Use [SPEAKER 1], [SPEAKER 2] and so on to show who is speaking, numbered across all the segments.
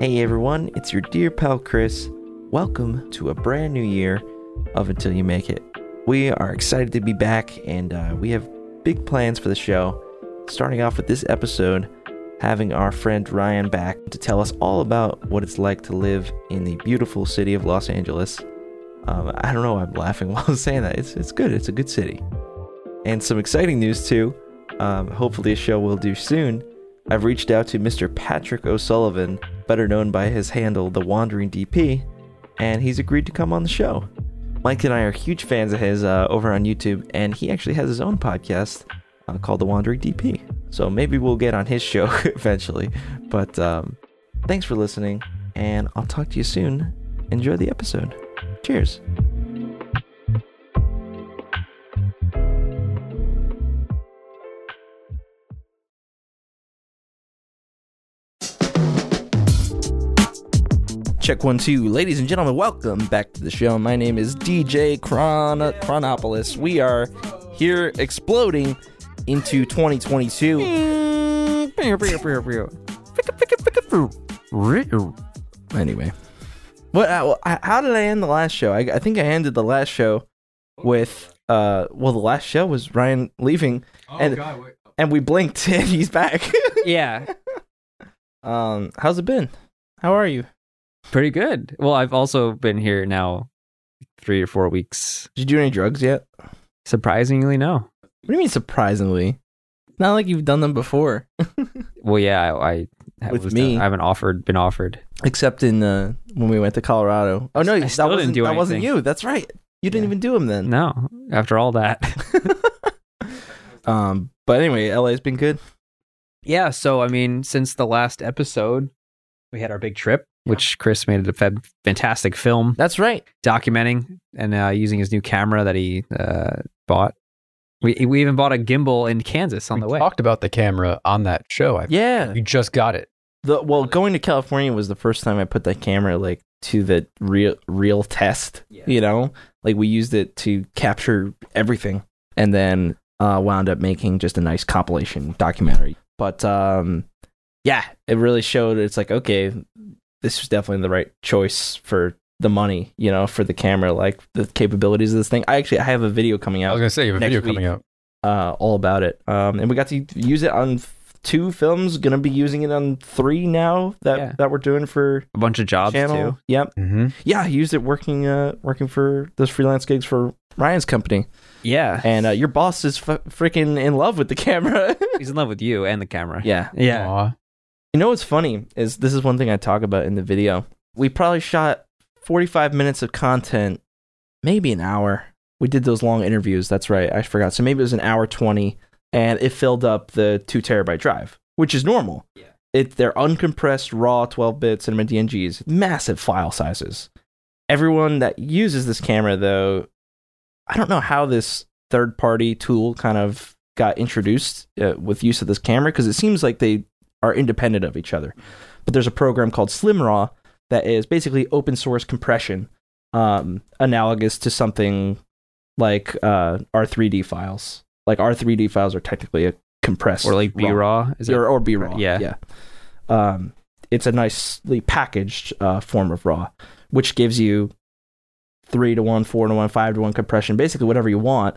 [SPEAKER 1] Hey everyone, it's your dear pal Chris. Welcome to a brand new year of Until You Make It. We are excited to be back and uh, we have big plans for the show. Starting off with this episode, having our friend Ryan back to tell us all about what it's like to live in the beautiful city of Los Angeles. Um, I don't know why I'm laughing while I'm saying that. It's, it's good, it's a good city. And some exciting news too. Um, hopefully, a show we'll do soon. I've reached out to Mr. Patrick O'Sullivan, better known by his handle, The Wandering DP, and he's agreed to come on the show. Mike and I are huge fans of his uh, over on YouTube, and he actually has his own podcast uh, called The Wandering DP. So maybe we'll get on his show eventually. But um, thanks for listening, and I'll talk to you soon. Enjoy the episode. Cheers. Check one, two. Ladies and gentlemen, welcome back to the show. My name is DJ Chron- Chronopolis. We are here exploding into 2022. Anyway, what? I, I- how did I end the last show? I, I think I ended the last show with, uh, well, the last show was Ryan leaving, and and we blinked, and he's back.
[SPEAKER 2] yeah,
[SPEAKER 1] um, how's it been? How are you?
[SPEAKER 2] pretty good. Well, I've also been here now three or four weeks.
[SPEAKER 1] Did you do any drugs yet?
[SPEAKER 2] Surprisingly, no.
[SPEAKER 1] What do you mean surprisingly? Not like you've done them before.
[SPEAKER 2] Well, yeah, I, I, I
[SPEAKER 1] With
[SPEAKER 2] was-
[SPEAKER 1] me.
[SPEAKER 2] I haven't offered, been offered.
[SPEAKER 1] except in uh, when we went to Colorado. Oh no,
[SPEAKER 2] I
[SPEAKER 1] that
[SPEAKER 2] still didn't
[SPEAKER 1] wasn't
[SPEAKER 2] do
[SPEAKER 1] that wasn't
[SPEAKER 2] anything.
[SPEAKER 1] you. That's right. You didn't
[SPEAKER 2] Yeah.
[SPEAKER 1] even do them then.
[SPEAKER 2] No, after all that.
[SPEAKER 1] Um, but anyway, LA's been good.
[SPEAKER 2] yeah. So, I mean, since the last episode, we had our big trip, which Chris made a fab- fantastic film
[SPEAKER 1] That's right.
[SPEAKER 2] documenting and uh, using his new camera that he uh, bought. We, we even bought a gimbal in Kansas on
[SPEAKER 3] we
[SPEAKER 2] the way.
[SPEAKER 3] talked about the camera on that show. I
[SPEAKER 1] Yeah.
[SPEAKER 3] you just got it.
[SPEAKER 1] The, well, going to California was the first time I put that camera like to the real real test. You know, like we used it to capture everything, and then uh, wound up making just a nice compilation documentary. But um, yeah, it really showed. It's like okay, this was definitely the right choice for the money. You know, for the camera, like the capabilities of this thing. I actually I have a video coming
[SPEAKER 3] I was
[SPEAKER 1] out
[SPEAKER 3] gonna say you have a
[SPEAKER 1] Next
[SPEAKER 3] video
[SPEAKER 1] week.
[SPEAKER 3] coming out.
[SPEAKER 1] uh, all about it. Um, and we got to use it on f- two films. Going to be using it on three now that
[SPEAKER 2] Yeah.
[SPEAKER 1] that we're doing for
[SPEAKER 2] a bunch of jobs
[SPEAKER 1] channel.
[SPEAKER 2] too.
[SPEAKER 1] Yep.
[SPEAKER 3] Mm-hmm.
[SPEAKER 1] Yeah, I used it working uh working for those freelance gigs for Ryan's company.
[SPEAKER 2] Yeah.
[SPEAKER 1] And uh, your boss is f- freaking in love with the camera.
[SPEAKER 2] He's in love with you and the camera.
[SPEAKER 1] yeah.
[SPEAKER 2] Yeah.
[SPEAKER 1] You know what's funny is this is one thing I talk about in the video. We probably shot 45 minutes of content, maybe an hour. We did those long interviews. That's right. I forgot. So maybe it was an hour 20 and it filled up the two terabyte drive, which is normal. Yeah. It, they're uncompressed, raw 12 bit cinema DNGs, massive file sizes. Everyone that uses this camera, though, I don't know how this third party tool kind of got introduced uh, with use of this camera because it seems like they are independent of each other. But there's a program called SlimRaw that is basically open source compression, um, analogous to something like uh, R3D files. Like R3D files are technically a compressed
[SPEAKER 2] Or like B raw. Is it?
[SPEAKER 1] or, or be raw.
[SPEAKER 2] Yeah.
[SPEAKER 1] yeah. Um, it's a nicely packaged uh, form of raw, which gives you three to one, four to one, five to one compression, basically whatever you want.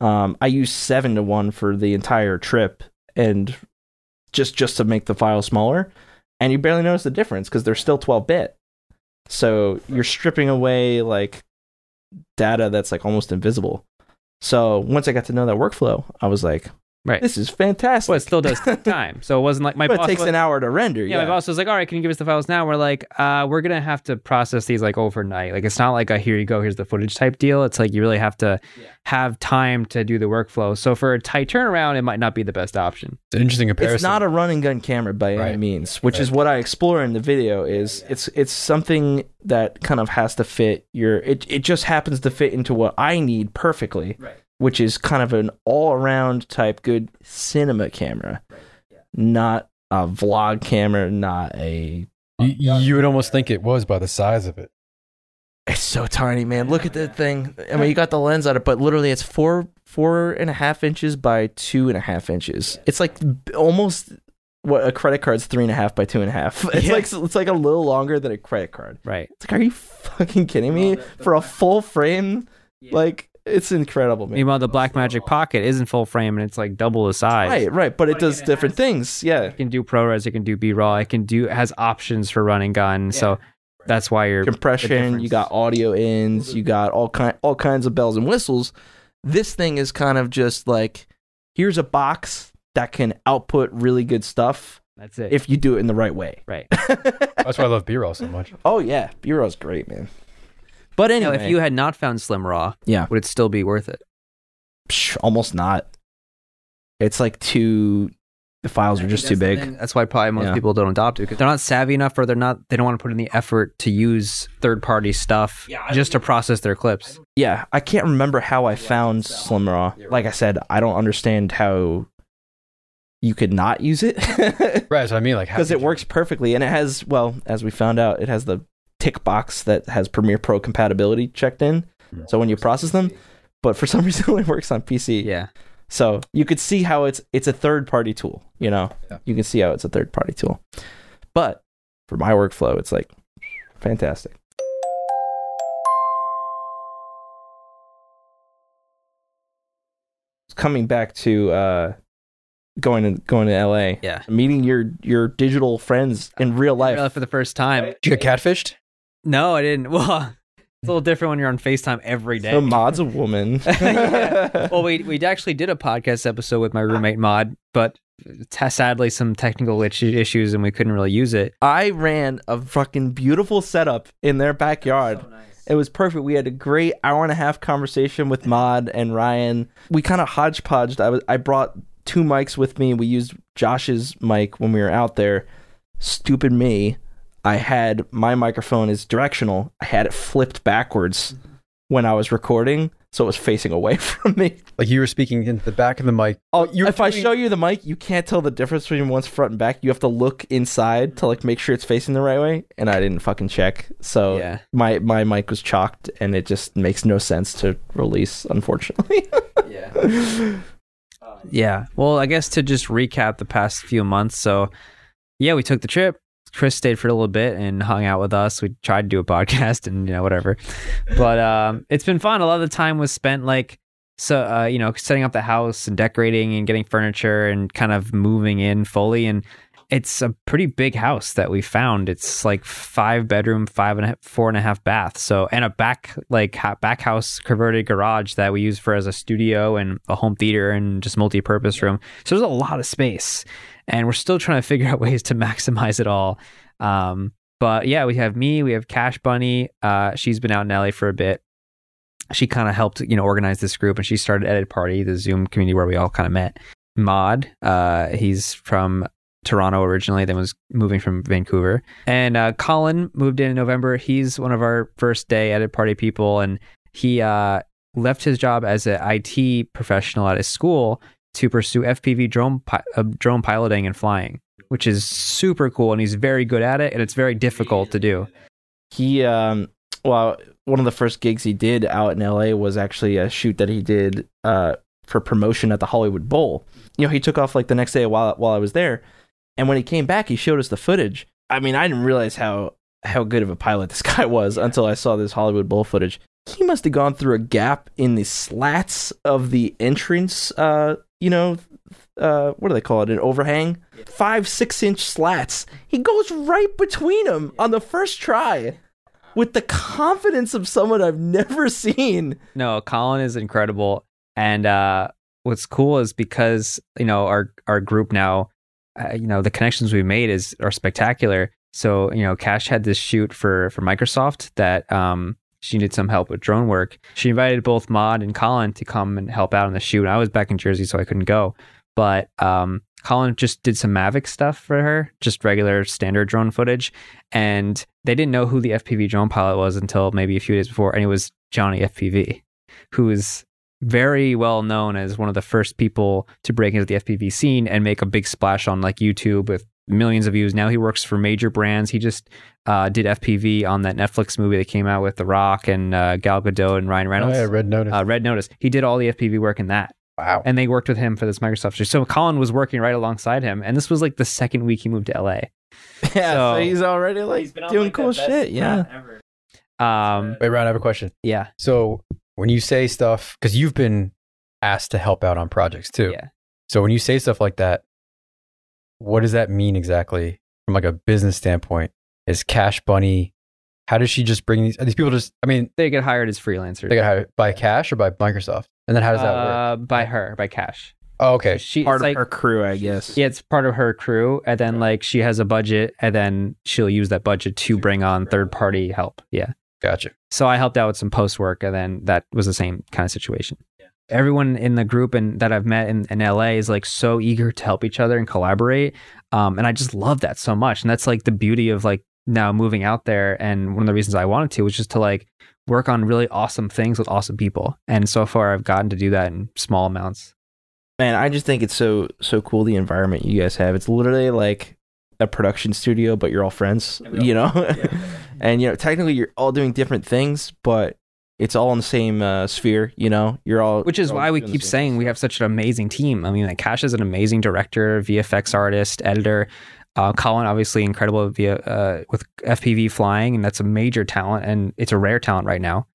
[SPEAKER 1] Um, I use seven to one for the entire trip, and just just to make the file smaller, and you barely notice the difference because they're still twelve bit. So you're stripping away like data that's like almost invisible. So once I got to know that workflow, I was like,
[SPEAKER 2] Right.
[SPEAKER 1] this is fantastic."
[SPEAKER 2] well, it still does take time. So it wasn't like my
[SPEAKER 1] but
[SPEAKER 2] boss.
[SPEAKER 1] it takes
[SPEAKER 2] was,
[SPEAKER 1] an hour to render.
[SPEAKER 2] yeah,
[SPEAKER 1] Yeah,
[SPEAKER 2] my boss was like, "All right, can you give us the files now?" We're like, uh, "We're gonna have to process these like overnight. Like it's not like a here you go, here's the footage type deal. It's like you really have to have time to do the workflow. So for a tight turnaround, it might not be the best option.
[SPEAKER 3] It's an interesting comparison.
[SPEAKER 1] it's not a run and gun camera by any
[SPEAKER 3] Right.
[SPEAKER 1] means, which is what I explore in the video. Is it's it's something that kind of has to fit your. It it just happens to fit into what I need perfectly, right. which is kind of an all around type good cinema camera, not a vlog camera, not a.
[SPEAKER 3] you, you would almost think it was by the size of it.
[SPEAKER 1] It's so tiny, man. Look at that thing. I mean, you got the lens on it, but literally, it's four four and a half inches by two and a half inches. It's like b- almost what a credit card's three and a half by two and a half. It's
[SPEAKER 2] Yeah.
[SPEAKER 1] like it's like a little longer than a credit card.
[SPEAKER 2] Right.
[SPEAKER 1] It's like, are you fucking kidding me? For a full frame, like it's incredible, man.
[SPEAKER 2] Meanwhile, the Black Magic Pocket is in full frame and it's like double the size.
[SPEAKER 1] Right, right, but it does different things. Yeah,
[SPEAKER 2] It can do ProRes, it can do B RAW, it can do it has options for running gun. So that's why you're
[SPEAKER 1] compression. You got audio ins. You got all kind all kinds of bells and whistles. This thing is kind of just like here's a box that can output really good stuff
[SPEAKER 2] that's it.
[SPEAKER 1] if you do it in the right way.
[SPEAKER 2] right.
[SPEAKER 3] That's why I love B-roll so much.
[SPEAKER 1] Oh yeah, Bureau's great, man. But
[SPEAKER 2] Now,
[SPEAKER 1] anyway,
[SPEAKER 2] if you had not found Slim Raw,
[SPEAKER 1] yeah,
[SPEAKER 2] would it still be worth it?
[SPEAKER 1] psh, almost not. It's like too. The files are just too big.
[SPEAKER 2] That's why probably most
[SPEAKER 1] Yeah.
[SPEAKER 2] people don't adopt it because they're not savvy enough or they're not they don't want to put in the effort to use third party stuff just to process their clips.
[SPEAKER 1] yeah, I can't remember how I found Slim Raw. Like I said, I don't understand how you could not use it
[SPEAKER 3] Right, that's what I mean. Like, how
[SPEAKER 1] because
[SPEAKER 3] could
[SPEAKER 1] it
[SPEAKER 3] you-
[SPEAKER 1] works perfectly, and it has well, as we found out, it has the tick box that has Premiere Pro compatibility checked in. So when you process them, but for some reason it only works on PC.
[SPEAKER 2] Yeah.
[SPEAKER 1] So you could see how it's it's a third party tool. You know,
[SPEAKER 3] Yeah.
[SPEAKER 1] you can see how it's a third party tool. But for my workflow, it's like fantastic. Coming back to uh, going to going to LA,
[SPEAKER 2] Yeah.
[SPEAKER 1] meeting your your digital friends in real life.
[SPEAKER 2] Really, For the first time.
[SPEAKER 3] Did you get catfished?
[SPEAKER 2] No, I didn't. Well, it's a little different when you're on FaceTime every day.
[SPEAKER 1] The mod's a woman.
[SPEAKER 2] Yeah. well, we we actually did a podcast episode with my roommate Mod, but t- sadly some technical itch- issues and we couldn't really use it.
[SPEAKER 1] I ran a fucking beautiful setup in their backyard. It was perfect. We had a great hour and a half conversation with Mod and Ryan. We kind of hodgepodged. I was I brought two mics with me. We used Josh's mic when we were out there. Stupid me. I had my microphone is directional. I had it flipped backwards when I was recording, so it was facing away from me.
[SPEAKER 3] Like, you were speaking into the back of the mic.
[SPEAKER 1] Oh,
[SPEAKER 3] you were
[SPEAKER 1] if I
[SPEAKER 3] doing-
[SPEAKER 1] show you the mic, you can't tell the difference between one's front and back. You have to look inside to like make sure it's facing the right way, and I didn't fucking check. So
[SPEAKER 2] Yeah.
[SPEAKER 1] my my mic was chalked, and it just makes no sense to release. Unfortunately,
[SPEAKER 2] Yeah. Well, I guess to just recap the past few months. So, yeah, we took the trip. Chris stayed for a little bit and hung out with us. We tried to do a podcast and you know whatever, but um, it's been fun. A lot of the time was spent like so uh, you know setting up the house and decorating and getting furniture and kind of moving in fully. And it's a pretty big house that we found. It's like five bedroom, five and a half, four and a half bath. So and a back like ha- back house converted garage that we use for as a studio and a home theater and just multi purpose room. So there's a lot of space, and we're still trying to figure out ways to maximize it all. Um, but yeah, we have me, we have Cash Bunny. Uh, she's been out in LA for a bit. She kind of helped you know organize this group, and she started Edit Party, the Zoom community where we all kind of met. Mod, uh, he's from Toronto originally, then was moving from Vancouver. And uh, Colin moved in in November. He's one of our first day edit party people, and he uh, left his job as an IT professional at his school to pursue FPV drone pi- uh, drone piloting and flying, which is super cool. And he's very good at it, and it's very difficult to do.
[SPEAKER 1] he um well one of the first gigs he did out in LA was actually a shoot that he did uh for promotion at the Hollywood Bowl. You know, he took off like the next day while while I was there, and when he came back, he showed us the footage. I mean, I didn't realize how how good of a pilot this guy was until I saw this Hollywood Bowl footage. He must have gone through a gap in the slats of the entrance. Uh, you know, uh, what do they call it? An overhang, five six inch slats. He goes right between them on the first try. With the confidence of someone I've never seen.
[SPEAKER 2] No, Colin is incredible. And uh, what's cool is because you know our our group now, uh, you know the connections we made is are spectacular. So you know, Cash had this shoot for for Microsoft that um, she needed some help with drone work. She invited both Mod and Colin to come and help out on the shoot. I was back in Jersey, so I couldn't go. But um, Colin just did some Mavic stuff for her, just regular standard drone footage. And they didn't know who the FPV drone pilot was until maybe a few days before. And it was Johnny FPV, who is very well known as one of the first people to break into the FPV scene and make a big splash on like YouTube with millions of views. Now he works for major brands. He just uh, did FPV on that Netflix movie that came out with The Rock and uh, Gal Gadot and Ryan
[SPEAKER 3] Oh,
[SPEAKER 2] Reynolds.
[SPEAKER 3] yeah, Red Notice.
[SPEAKER 2] Uh, Red Notice. He did all the FPV work in that.
[SPEAKER 3] Wow.
[SPEAKER 2] and they worked with him for this Microsoft. show. So Colin was working right alongside him, and this was like the second week he moved to LA.
[SPEAKER 1] Yeah, so,
[SPEAKER 2] So-
[SPEAKER 1] he's already like doing cool shit. Yeah,
[SPEAKER 2] Um,
[SPEAKER 3] Wait, Ryan, I have a question.
[SPEAKER 2] yeah,
[SPEAKER 3] So when you say stuff, because you've been asked to help out on projects too.
[SPEAKER 2] Yeah.
[SPEAKER 3] So when you say stuff like that, what does that mean exactly from like a business standpoint? Is Cash Bunny? How does she just bring these? Are these people just? I mean,
[SPEAKER 2] they get hired as freelancers.
[SPEAKER 3] they got hired by Cash or by Microsoft, and then how does that work?
[SPEAKER 2] uh, by her, by Cash.
[SPEAKER 3] Oh, okay.
[SPEAKER 2] She
[SPEAKER 1] part
[SPEAKER 2] it's
[SPEAKER 1] of
[SPEAKER 2] like,
[SPEAKER 1] her crew, I guess.
[SPEAKER 2] Yeah, it's part of her crew, and then like she has a budget, and then she'll use that budget to bring on third party help. Yeah.
[SPEAKER 3] Gotcha.
[SPEAKER 2] So I helped out with some post work, and then that was the same kind of situation. Everyone in the group and that I've met in, in LA is like so eager to help each other and collaborate, um, and I just love that so much. And that's like the beauty of like now moving out there. And one of the reasons I wanted to was just to like work on really awesome things with awesome people. And so far, I've gotten to do that in small amounts.
[SPEAKER 1] Man, I just think it's so so cool the environment you guys have. It's literally like a production studio, but you're all friends, you know. and you know, technically, you're all doing different things, but it's all in the same uh, sphere. You know, you're all
[SPEAKER 2] which is
[SPEAKER 1] you're all
[SPEAKER 2] why we
[SPEAKER 1] doing the
[SPEAKER 2] keep
[SPEAKER 1] same
[SPEAKER 2] saying
[SPEAKER 1] stuff.
[SPEAKER 2] we have such an amazing team. I mean, like Cash is an amazing director, VFX artist, editor. Uh, Colin, obviously, incredible via uh, with FPV flying, and that's a major talent, and it's a rare talent right now.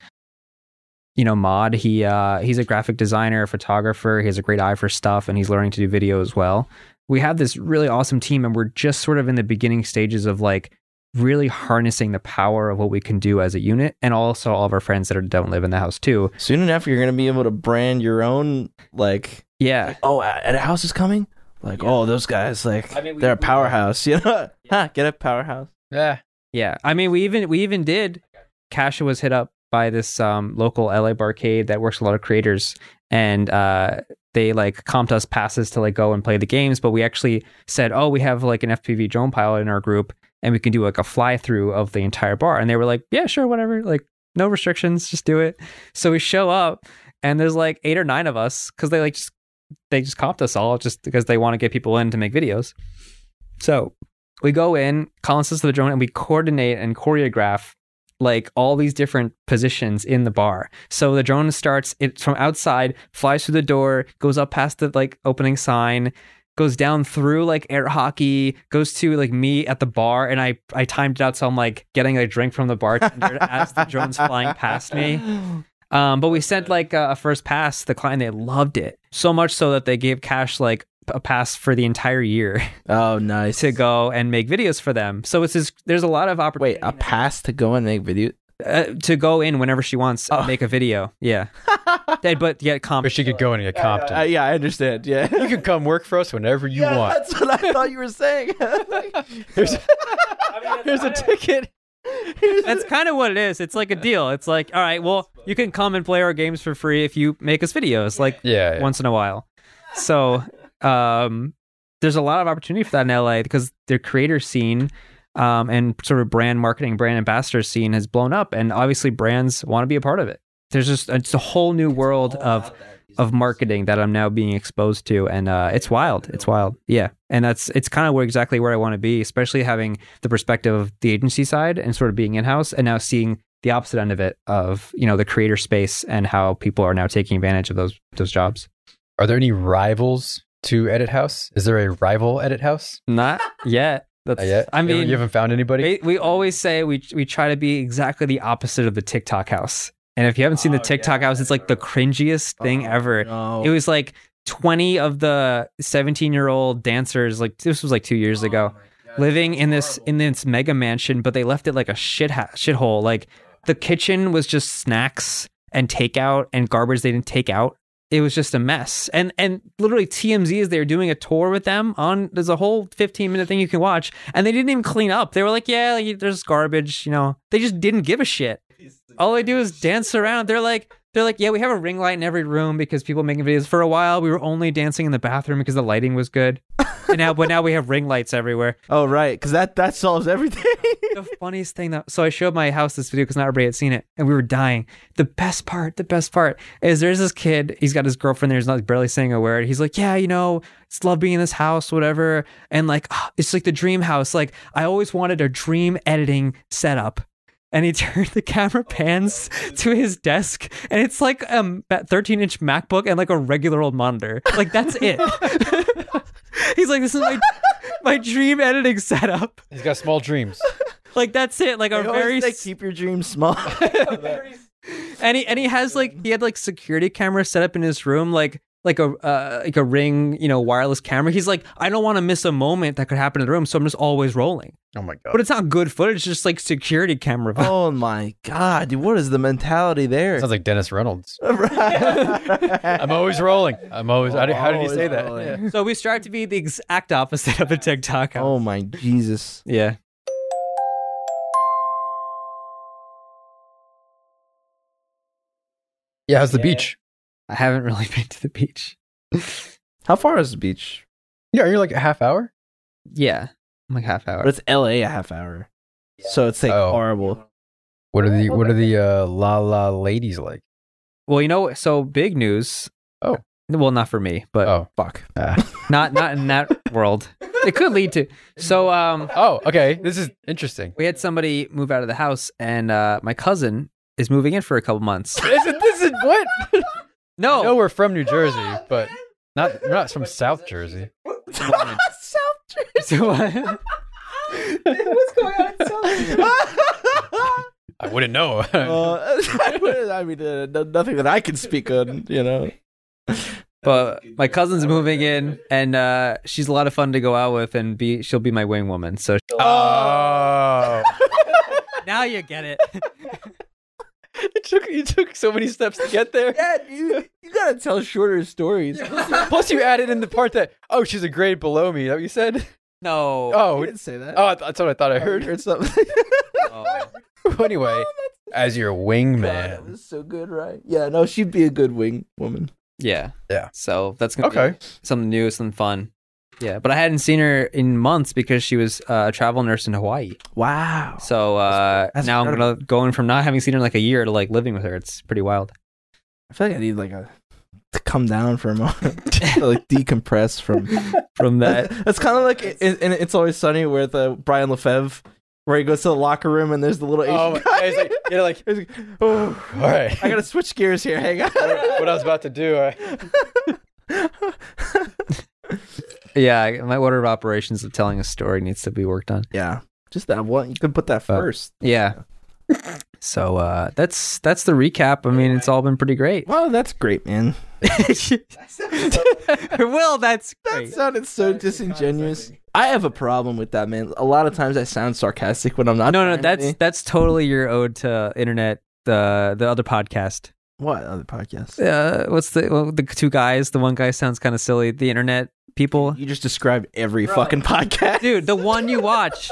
[SPEAKER 2] You know, Mod, he uh, he's a graphic designer, photographer. He has a great eye for stuff, and he's learning to do video as well. We have this really awesome team, and we're just sort of in the beginning stages of like really harnessing the power of what we can do as a unit, and also all of our friends that are, don't live in the house too.
[SPEAKER 1] Soon enough, you're gonna be able to brand your own. Like,
[SPEAKER 2] Yeah,
[SPEAKER 1] oh, at a house is coming. Like, oh, those guys, like
[SPEAKER 2] I mean, we-
[SPEAKER 1] they're a
[SPEAKER 2] we-
[SPEAKER 1] powerhouse. You know, huh? Get a powerhouse.
[SPEAKER 3] Yeah.
[SPEAKER 2] Yeah, I mean, we even we even did. Kasha was hit up by this um, local LA barcade that works with a lot of creators, and uh, they like comped us passes to like go and play the games. But we actually said, "Oh, we have like an FPV drone pilot in our group, and we can do like a fly through of the entire bar." And they were like, "Yeah, sure, whatever. Like, no restrictions, just do it." So we show up, and there's like eight or nine of us because they like just they just comped us all just because they want to get people in to make videos. So we go in, Colin sits to the drone, and we coordinate and choreograph like all these different positions in the bar. So the drone starts it from outside, flies through the door, goes up past the like opening sign, goes down through like air hockey, goes to like me at the bar, and I I timed it out so I'm like getting a drink from the bartender as the drone's flying past me. Um, but we sent like a, a first pass to the client. They loved it so much so that they gave Cash like a pass for the entire year
[SPEAKER 1] Oh, nice.
[SPEAKER 2] to go and make videos for them. So it's just, there's a lot of
[SPEAKER 1] Wait, uh
[SPEAKER 2] opportunity
[SPEAKER 1] a pass to go and make video.
[SPEAKER 2] uh, to go in whenever she wants,
[SPEAKER 1] Oh.
[SPEAKER 2] make a video. Yeah, They- but yet comp.
[SPEAKER 3] But she could go in and get comped.
[SPEAKER 1] Uh, yeah, I understand. Yeah.
[SPEAKER 3] you can come work for us whenever you
[SPEAKER 1] Yeah,
[SPEAKER 3] want.
[SPEAKER 1] That's what I thought you were saying.
[SPEAKER 3] Here's,
[SPEAKER 1] Here's a ticket. Here's
[SPEAKER 2] That's kind of what it is. It's like a deal. It's like, all right, well, you can come and play our games for free if you make us videos like
[SPEAKER 3] yeah. yeah.
[SPEAKER 2] once in a while. So, um, there's a lot of opportunity for that in LA because their creator scene um, and sort of brand marketing, brand ambassador scene has blown up, and obviously brands want to be a part of it. There's just uh, it's a whole new world of of marketing that I'm now being exposed to, and uh, it's wild. It's wild, yeah. And that's it's kind of where exactly where I want to be, especially having the perspective of the agency side and sort of being in house, and now seeing the opposite end of it of you know the creator space and how people are now taking advantage of those those jobs.
[SPEAKER 3] Are there any rivals to Edit House? Is there a rival Edit House?
[SPEAKER 2] Not yet. That's
[SPEAKER 3] Not yet.
[SPEAKER 2] I
[SPEAKER 3] You-
[SPEAKER 2] mean,
[SPEAKER 3] you haven't found anybody.
[SPEAKER 2] We, we always say we we try to be exactly the opposite of the TikTok house. And if you haven't
[SPEAKER 3] Oh,
[SPEAKER 2] seen the TikTok house, it's like the cringiest thing
[SPEAKER 1] Oh,
[SPEAKER 2] ever. It was like 20 of the 17 year old dancers, like this was like two years
[SPEAKER 1] Oh,
[SPEAKER 2] ago, living in this in this mega mansion, but they left it like a shit ha- shithole. Like the kitchen was just snacks and takeout and garbage they didn't take out. It was just a mess. And and literally TMZ is there doing a tour with them on there's a whole 15 minute thing you can watch. And they didn't even clean up. They were like, yeah, like, there's garbage, you know. They just didn't give a shit. All they do is dance around. They're like, they're like, yeah, we have a ring light in every room because people making videos. For a while, we were only dancing in the bathroom because the lighting was good. And now, but now we have ring lights everywhere.
[SPEAKER 1] Oh right, because that that solves everything.
[SPEAKER 2] The funniest thing though, so I showed my house this video because not everybody had seen it, and we were dying. The best part, the best part is there's this kid. He's got his girlfriend there. He's not barely saying a word. He's like, yeah, you know, it's love being in this house, whatever. And like, "Ah, it's like the dream house. Like I always wanted a dream editing setup. and he turned the camera pans to his desk, and it's like a 13 inch MacBook and like a regular old monitor. Like that's it. He's like, this is my my dream editing setup.
[SPEAKER 3] He's got small dreams.
[SPEAKER 2] Like that's it. Like a
[SPEAKER 1] They always
[SPEAKER 2] very
[SPEAKER 1] say,
[SPEAKER 2] s-
[SPEAKER 1] keep your dreams small.
[SPEAKER 2] and he and he has like he had like security camera set up in his room like like a uh, like a ring you know wireless camera he's like i don't want to miss a moment that could happen in the room so i'm just always rolling
[SPEAKER 3] Oh my god.
[SPEAKER 2] but it's not good footage it's just like security camera footage.
[SPEAKER 1] oh my god, dude, what is the mentality there?
[SPEAKER 3] Sounds like Dennis Reynolds.
[SPEAKER 1] Right.
[SPEAKER 3] I'm always rolling. I'm always. how, did, how did he
[SPEAKER 1] Always
[SPEAKER 3] say that?
[SPEAKER 1] rolling.
[SPEAKER 3] Yeah.
[SPEAKER 2] so we strive to be the exact opposite of a tiktok house.
[SPEAKER 1] oh my Jesus.
[SPEAKER 2] yeah
[SPEAKER 3] Yeah, how's the beach?
[SPEAKER 2] i haven't really been to the beach
[SPEAKER 1] How far is the beach?
[SPEAKER 3] Yeah, are you like a half hour?
[SPEAKER 2] yeah i'm like half hour
[SPEAKER 1] But it's LA a half hour. So it's like
[SPEAKER 3] Oh.
[SPEAKER 1] horrible.
[SPEAKER 3] What are the What are the uh, la la ladies like?
[SPEAKER 2] well you know so big news
[SPEAKER 3] Oh.
[SPEAKER 2] well not for me but
[SPEAKER 3] Oh,
[SPEAKER 1] Fuck.
[SPEAKER 2] not not in that world it could lead to so um
[SPEAKER 3] oh, okay. This is interesting.
[SPEAKER 2] we had somebody move out of the house and uh, my cousin is moving in for a couple months
[SPEAKER 3] This is, this is what? I know
[SPEAKER 2] no
[SPEAKER 3] we're from New Jersey, but not we're not from South Jersey.
[SPEAKER 1] South
[SPEAKER 2] So, uh,
[SPEAKER 1] What's going on in South
[SPEAKER 3] I wouldn't know.
[SPEAKER 1] I mean, uh, no- nothing that I can speak on, you know.
[SPEAKER 2] but my cousin's moving in and uh, she's a lot of fun to go out with and be she'll be my wing woman so
[SPEAKER 3] oh.
[SPEAKER 2] now you get it
[SPEAKER 3] It took you took so many steps to get there.
[SPEAKER 1] Yeah, you, you gotta tell shorter stories.
[SPEAKER 3] Plus, you added in the part that oh, she's a grade below me. That what you said?
[SPEAKER 2] no
[SPEAKER 1] I
[SPEAKER 3] Oh,
[SPEAKER 1] didn't say that.
[SPEAKER 3] oh, I th- that's what I thought I
[SPEAKER 1] I heard,
[SPEAKER 3] heard.
[SPEAKER 1] heard something. Oh,
[SPEAKER 2] Oh.
[SPEAKER 3] anyway, as your
[SPEAKER 1] that
[SPEAKER 3] wingman,
[SPEAKER 1] was so good, right? Yeah, no, she'd be a good wing woman.
[SPEAKER 2] yeah
[SPEAKER 3] Yeah.
[SPEAKER 2] so that's gonna be
[SPEAKER 3] Okay.
[SPEAKER 2] something new something fun yeah but i hadn't seen her in months because she was uh, a travel nurse in hawaii
[SPEAKER 1] Wow.
[SPEAKER 2] so uh,
[SPEAKER 1] That's
[SPEAKER 2] now i'm
[SPEAKER 1] incredible.
[SPEAKER 2] gonna going from not having seen her in like a year to like living with her it's pretty wild
[SPEAKER 1] I feel like I need like a to come down for a moment, to, like decompress from
[SPEAKER 2] from that
[SPEAKER 1] That's kind of like in, in It's Always Sunny with uh, Brian Lefebvre, where he goes to the locker room and there's the little Asian
[SPEAKER 3] Oh, my-
[SPEAKER 1] guy.
[SPEAKER 3] it's like- you're like,
[SPEAKER 1] He's like, "Oh,
[SPEAKER 3] all right.
[SPEAKER 1] I gotta switch gears here. Hang on.
[SPEAKER 3] what I was about to do. I,
[SPEAKER 2] Yeah, my order of operations of telling a story needs to be worked on.
[SPEAKER 1] yeah, just that one. You could put that
[SPEAKER 2] Uh,
[SPEAKER 1] first.
[SPEAKER 2] Yeah. So uh, that's that's the recap. I mean, it's all been pretty great.
[SPEAKER 1] Wow, that's great, man.
[SPEAKER 2] well, that's
[SPEAKER 1] That
[SPEAKER 2] great.
[SPEAKER 1] sounded so disingenuous. I have a problem with that, man. A lot of times I sound sarcastic when I'm not.
[SPEAKER 2] Uh, No, no,
[SPEAKER 1] trying to
[SPEAKER 2] that's
[SPEAKER 1] be.
[SPEAKER 2] that's totally your ode to internet. The the other podcast.
[SPEAKER 1] what other podcast?
[SPEAKER 2] Uh, what's the well, the two guys? The one guy sounds kind of silly. The internet people,
[SPEAKER 1] You just described every fucking podcast.
[SPEAKER 2] dude. The one you watch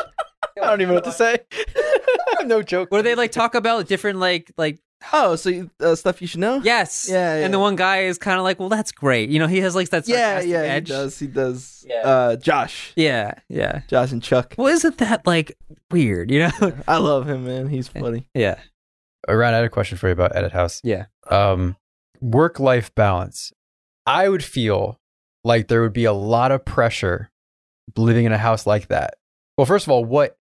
[SPEAKER 3] I don't even know what to say. I have no joke.
[SPEAKER 2] where they like talk about different like like
[SPEAKER 1] Oh, so you, uh, stuff you should know?
[SPEAKER 2] yes,
[SPEAKER 1] Yeah, yeah.
[SPEAKER 2] And the one guy is kind of like, well, that's great. You know, he has like that
[SPEAKER 1] yeah,
[SPEAKER 2] sarcastic
[SPEAKER 1] yeah. He
[SPEAKER 2] edge.
[SPEAKER 1] does. He does. Uh, Josh,
[SPEAKER 2] Yeah, yeah.
[SPEAKER 1] Josh and Chuck.
[SPEAKER 2] Well, isn't that like weird? You know?
[SPEAKER 1] I love him, man. He's funny.
[SPEAKER 2] yeah.
[SPEAKER 3] Uh, Ryan, I had a question for you about Edit House.
[SPEAKER 2] Yeah.
[SPEAKER 3] Um, work life balance. I would feel like there would be a lot of pressure living in a house like that. Well, first of all, what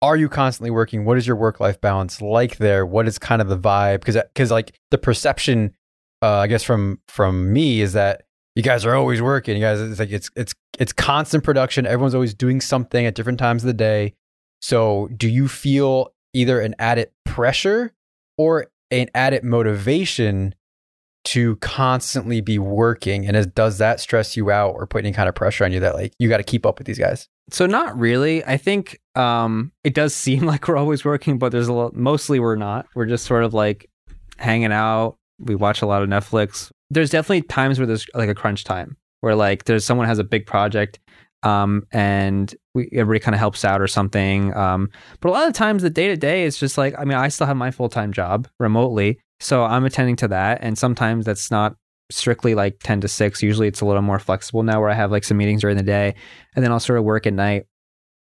[SPEAKER 3] are you constantly working? What is your work life balance like there? What is kind of the vibe? Because because like the perception, uh, I guess from from me is that you guys are always working. You guys, it's like it's it's it's constant production. Everyone's always doing something at different times of the day. So, do you feel either an added pressure or an added motivation to constantly be working? And is, does that stress you out or put any kind of pressure on you that like you got to keep up with these guys?
[SPEAKER 2] So not really. I think um it does seem like we're always working, but there's a lot mostly we're not. We're just sort of like hanging out. We watch a lot of Netflix. There's definitely times where there's like a crunch time where like there's someone has a big project um and we everybody kind of helps out or something. Um but a lot of times the day to day is just like I mean, I still have my full-time job remotely. So I'm attending to that and sometimes that's not strictly like 10 to 6. Usually it's a little more flexible now where I have like some meetings during the day and then I'll sort of work at night.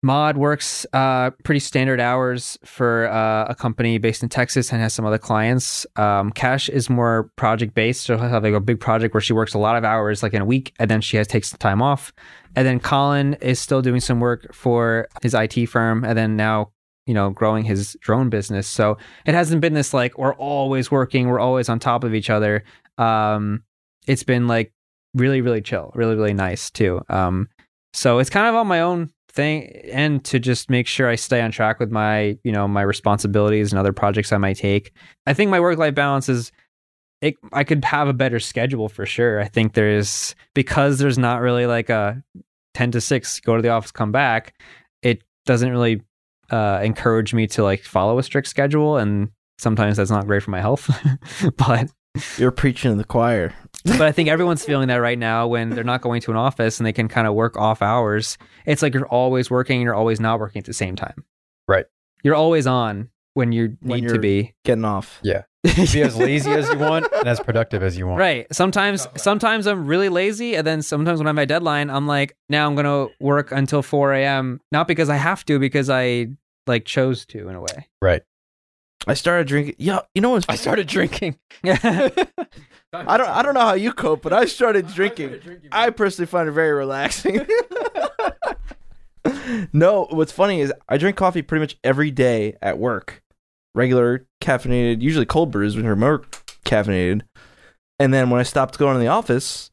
[SPEAKER 2] Mod works uh, pretty standard hours for uh, a company based in Texas and has some other clients. Um, Cash is more project based, so he'll have like a big project where she works a lot of hours, like in a week, and then she has takes some time off. And then Colin is still doing some work for his IT firm, and then now you know, growing his drone business. So it hasn't been this like we're always working, we're always on top of each other. Um, it's been like really, really chill, really, really nice too. Um, so it's kind of on my own thing and to just make sure I stay on track with my, you know, my responsibilities and other projects I might take. I think my work life balance is it, I could have a better schedule for sure. I think there is because there's not really like a 10 to 6 go to the office come back. It doesn't really uh, encourage me to like follow a strict schedule and sometimes that's not great for my health. but
[SPEAKER 1] You're preaching to the choir.
[SPEAKER 2] but I think everyone's feeling that right now when they're not going to an office and they can kind of work off hours. It's like you're always working and you're always not working at the same time.
[SPEAKER 3] Right.
[SPEAKER 2] You're always on when you
[SPEAKER 1] When
[SPEAKER 2] need to
[SPEAKER 1] you're-
[SPEAKER 2] be.
[SPEAKER 1] Getting off.
[SPEAKER 3] Be as lazy as you want and as productive as you want.
[SPEAKER 2] Right. Sometimes sometimes I'm really lazy and then sometimes when I have my deadline, I'm like, now I'm gonna work until four AM. Not because I have to, because I like chose to in a way.
[SPEAKER 1] I started drinking. Yeah, you know what's
[SPEAKER 3] I started drinking.
[SPEAKER 1] I don't I don't know how you cope, but I started drinking. I personally find it very relaxing. no, what's funny is I drink coffee pretty much every day at work. Regular caffeinated, usually cold brews when you're more caffeinated. And then when I stopped going to the office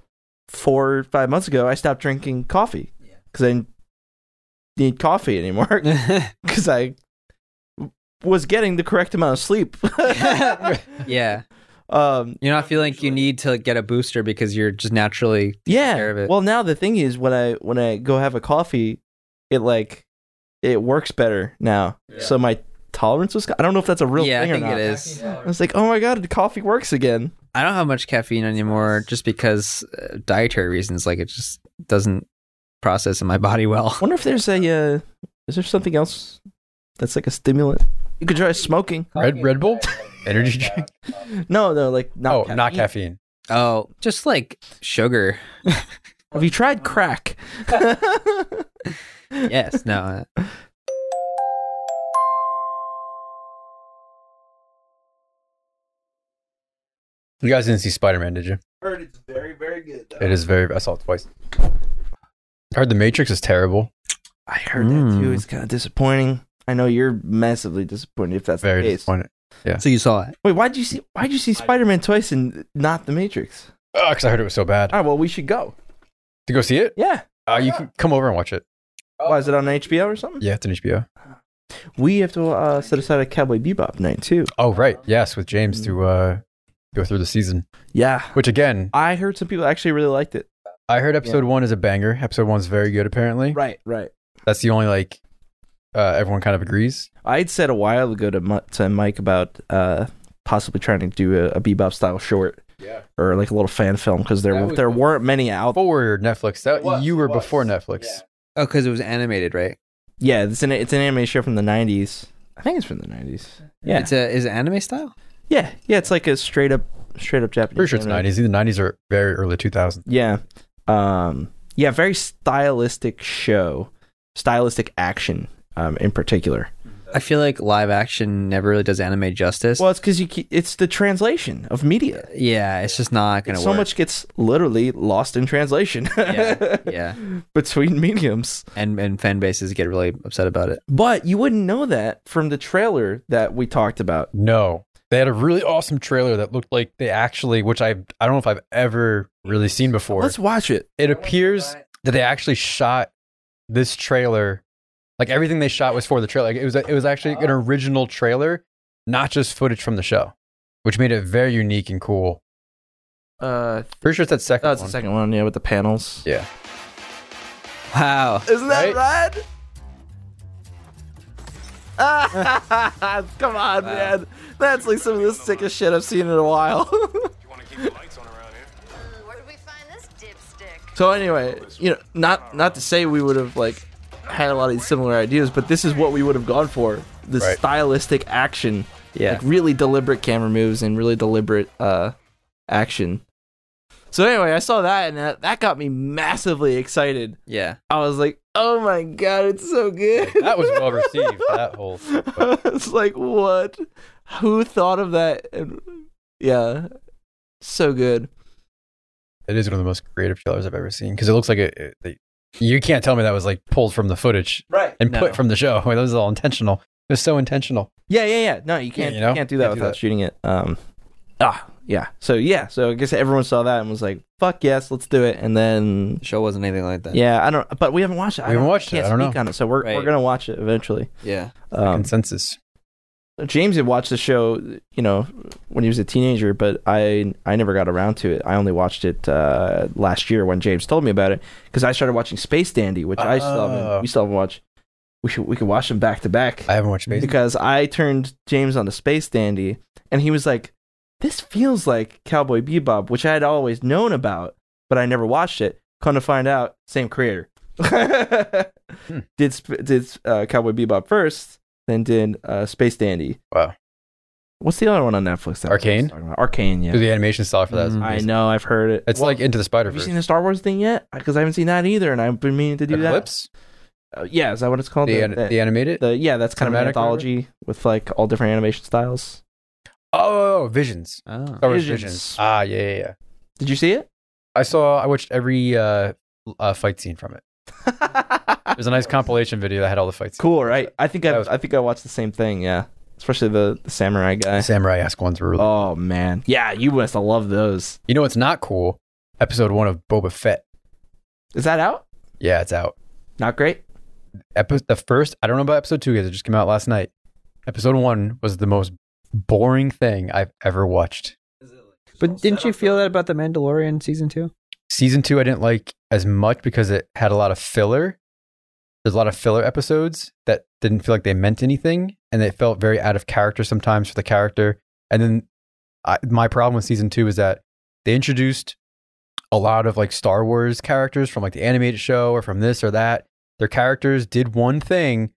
[SPEAKER 1] four or five months ago, I stopped drinking coffee because I didn't need coffee anymore because I was getting the correct amount of sleep.
[SPEAKER 2] yeah.
[SPEAKER 1] um,
[SPEAKER 2] You're not feeling like you need to get a booster because you're just naturally
[SPEAKER 1] yeah
[SPEAKER 2] care of it.
[SPEAKER 1] well now the thing is when i when i go have a coffee it like it works better now so my tolerance was i don't know if that's a real
[SPEAKER 2] Yeah, I
[SPEAKER 1] thing
[SPEAKER 2] think
[SPEAKER 1] or not
[SPEAKER 2] it is.
[SPEAKER 1] i was like oh my god the coffee works again
[SPEAKER 2] I don't have much caffeine anymore just because uh, dietary reasons. Like it just doesn't process in my body well.
[SPEAKER 1] I wonder if there's a uh, is there something else that's like a stimulant you could try smoking
[SPEAKER 3] Red Red Bull? Energy drink?
[SPEAKER 1] no no like not
[SPEAKER 3] oh,
[SPEAKER 1] caffeine.
[SPEAKER 3] not caffeine.
[SPEAKER 2] Oh, just like sugar.
[SPEAKER 1] have you tried crack
[SPEAKER 2] Yes. No.
[SPEAKER 3] You guys didn't see Spider Man, did you?
[SPEAKER 1] heard it's very very good
[SPEAKER 3] It is very. I saw it twice. I heard The Matrix is terrible.
[SPEAKER 1] i heard that too
[SPEAKER 2] Mm.
[SPEAKER 1] it's kind of disappointing i know you're massively disappointed if that's
[SPEAKER 3] Very
[SPEAKER 1] the case
[SPEAKER 3] disappointed.
[SPEAKER 2] uh, So you saw it.
[SPEAKER 1] Wait, why'd you see why'd you see Spider Man twice and not the Matrix?
[SPEAKER 3] Because Ah, I heard it was so bad.
[SPEAKER 1] Alright, well we should go.
[SPEAKER 3] To go see it?
[SPEAKER 1] Yeah.
[SPEAKER 3] Uh, you can come over and watch it.
[SPEAKER 1] Why is it on HBO or something?
[SPEAKER 3] Yeah, it's an HBO.
[SPEAKER 1] We have to uh, set aside a Cowboy Bebop night too.
[SPEAKER 3] Oh, right. Yes, with James to uh, go through the season.
[SPEAKER 1] Yeah.
[SPEAKER 3] Which, again,
[SPEAKER 1] I heard some people actually really liked it.
[SPEAKER 3] I heard episode one is a banger. Episode one's very good, apparently.
[SPEAKER 1] Right, right.
[SPEAKER 3] That's the only, like, uh, everyone kind of agrees.
[SPEAKER 1] I'd said a while ago to, Mi- to Mike about uh, possibly trying to do a, a Bebop style short. Yeah. Or like a little fan film because there there weren't many out.
[SPEAKER 3] Before Netflix. That, you were before Netflix.
[SPEAKER 2] Oh, because it was animated, right?
[SPEAKER 1] Yeah, it's an it's an anime show from the '90s. I think it's from the '90s. Yeah.
[SPEAKER 2] It's a is it anime style?
[SPEAKER 1] yeah, yeah. It's like a straight up straight up Japanese.
[SPEAKER 3] Pretty sure it's
[SPEAKER 1] anime.
[SPEAKER 3] 90s. Either 90s or very early 2000s.
[SPEAKER 1] Yeah. Um yeah, very stylistic show. Stylistic action um in particular.
[SPEAKER 2] I feel like live action never really does anime justice.
[SPEAKER 1] Well, it's cuz you ke- it's the translation of media.
[SPEAKER 2] yeah, it's just not gonna
[SPEAKER 1] So
[SPEAKER 2] work.
[SPEAKER 1] much gets literally lost in translation
[SPEAKER 2] yeah, yeah,
[SPEAKER 1] between mediums.
[SPEAKER 2] and and fan bases get really upset about it.
[SPEAKER 1] But you wouldn't know that from the trailer that we talked about.
[SPEAKER 3] No. They had a really awesome trailer that looked like they actually, which I I don't know if I've ever really seen before.
[SPEAKER 1] Let's watch it.
[SPEAKER 3] it appears that they actually shot this trailer. Like everything they shot was for the trailer. Like, it was it was actually
[SPEAKER 1] Oh.
[SPEAKER 3] an original trailer, not just footage from the show, which made it very unique and cool.
[SPEAKER 1] Uh
[SPEAKER 3] Pretty sure it's that second.
[SPEAKER 1] that's the
[SPEAKER 3] one.
[SPEAKER 1] second one, yeah, with the panels.
[SPEAKER 3] Yeah.
[SPEAKER 2] Wow.
[SPEAKER 1] Isn't that
[SPEAKER 3] Right?
[SPEAKER 1] rad? Ah, Come on, man. That's like some of the sickest shit I've seen in a while.
[SPEAKER 4] Where did we find this dipstick?
[SPEAKER 1] so anyway, you know, not not to say we would have like had a lot of these similar ideas, but this is what we would have gone for. The
[SPEAKER 3] Right.
[SPEAKER 1] stylistic action.
[SPEAKER 2] Yeah.
[SPEAKER 1] Like really deliberate camera moves and really deliberate uh action. So anyway, I saw that and that, that got me massively excited.
[SPEAKER 2] Yeah.
[SPEAKER 1] I was like, "Oh my god, it's so good."
[SPEAKER 3] That was well received. That whole.
[SPEAKER 1] it's like what who thought of that and yeah so good
[SPEAKER 3] It is one of the most creative trailers I've ever seen because it looks like it. it- they- you can't tell me that was like pulled from the footage
[SPEAKER 1] right
[SPEAKER 3] and
[SPEAKER 2] No.
[SPEAKER 3] put from the show. That was all intentional. It's so intentional.
[SPEAKER 1] Yeah, yeah, yeah. No, you can't.
[SPEAKER 3] you know?
[SPEAKER 1] you can't do that
[SPEAKER 3] Can't do
[SPEAKER 1] without
[SPEAKER 3] that.
[SPEAKER 1] shooting it. Um, ah, yeah. So yeah. So I guess everyone saw that and was like, "Fuck yes, let's do it." And then
[SPEAKER 5] The show wasn't anything like that.
[SPEAKER 1] yeah, I don't. But we haven't watched it. I
[SPEAKER 3] We haven't
[SPEAKER 1] don't-
[SPEAKER 3] watched it.
[SPEAKER 1] can't
[SPEAKER 3] I don't
[SPEAKER 1] speak
[SPEAKER 3] know.
[SPEAKER 1] on it. So we're we're
[SPEAKER 5] Right.
[SPEAKER 1] gonna watch it eventually.
[SPEAKER 5] Yeah.
[SPEAKER 1] Um,
[SPEAKER 3] Consensus.
[SPEAKER 1] James had watched the show, you know, when he was a teenager, but I I never got around to it. I only watched it uh, last year when James told me about it because I started watching Space Dandy, which I still
[SPEAKER 3] Oh.
[SPEAKER 1] haven't, we still haven't watched. We should we could watch them back to back
[SPEAKER 3] I haven't watched space.
[SPEAKER 1] because I turned James on to Space Dandy, and he was like, "This feels like Cowboy Bebop," which I had always known about, but I never watched it. Come to find out, same creator.
[SPEAKER 3] Hmm.
[SPEAKER 1] Did sp- did uh, Cowboy Bebop first, then did uh, Space Dandy.
[SPEAKER 3] Wow.
[SPEAKER 1] What's the other one on Netflix? that I was
[SPEAKER 3] Arcane?
[SPEAKER 1] talking about? Arcane,
[SPEAKER 3] Do
[SPEAKER 1] yeah.
[SPEAKER 3] the animation style for that. is
[SPEAKER 2] Mm.
[SPEAKER 1] I
[SPEAKER 3] amazing.
[SPEAKER 1] know, I've heard it.
[SPEAKER 3] It's
[SPEAKER 1] Well,
[SPEAKER 3] like Into the Spider
[SPEAKER 1] have you
[SPEAKER 3] Verse.
[SPEAKER 1] seen the Star Wars thing yet? Because I haven't seen that either, and I've been meaning to do
[SPEAKER 3] Eclipse?
[SPEAKER 1] that. Uh, yeah, is that what it's called?
[SPEAKER 3] The,
[SPEAKER 1] The-
[SPEAKER 3] an-
[SPEAKER 1] the-
[SPEAKER 3] the animated?
[SPEAKER 1] the- yeah, that's kind of
[SPEAKER 3] Cinematic
[SPEAKER 1] an
[SPEAKER 3] or whatever?
[SPEAKER 1] anthology with like all different animation styles.
[SPEAKER 3] oh, Visions.
[SPEAKER 2] Oh.
[SPEAKER 3] Star Wars
[SPEAKER 1] Visions.
[SPEAKER 3] Visions. Ah, yeah, yeah, yeah.
[SPEAKER 1] Did you see it?
[SPEAKER 3] I saw. I watched every uh, uh, fight scene from it. There's a nice compilation video that had all the fights.
[SPEAKER 1] cool, right? I think
[SPEAKER 3] That
[SPEAKER 1] I
[SPEAKER 3] was-
[SPEAKER 1] I think I watched the same thing. Yeah, especially the, the samurai guy.
[SPEAKER 3] Samurai esque ones were really.
[SPEAKER 1] Oh man, yeah, you must have loved those.
[SPEAKER 3] You know what's not cool? Episode one of Boba Fett.
[SPEAKER 1] Is that out?
[SPEAKER 3] Yeah, it's out.
[SPEAKER 1] Not great.
[SPEAKER 3] Epi- the first. I don't know about episode two because it just came out last night. Episode one was the most boring thing I've ever watched.
[SPEAKER 2] But didn't you feel that about the Mandalorian season two?
[SPEAKER 3] Season two, I didn't like as much because it had a lot of filler. There's a lot of filler episodes that didn't feel like they meant anything, and they felt very out of character sometimes for the character. And then I, my problem with season two is that they introduced a lot of like Star Wars characters from like the animated show or from this or that. Their characters did one thing,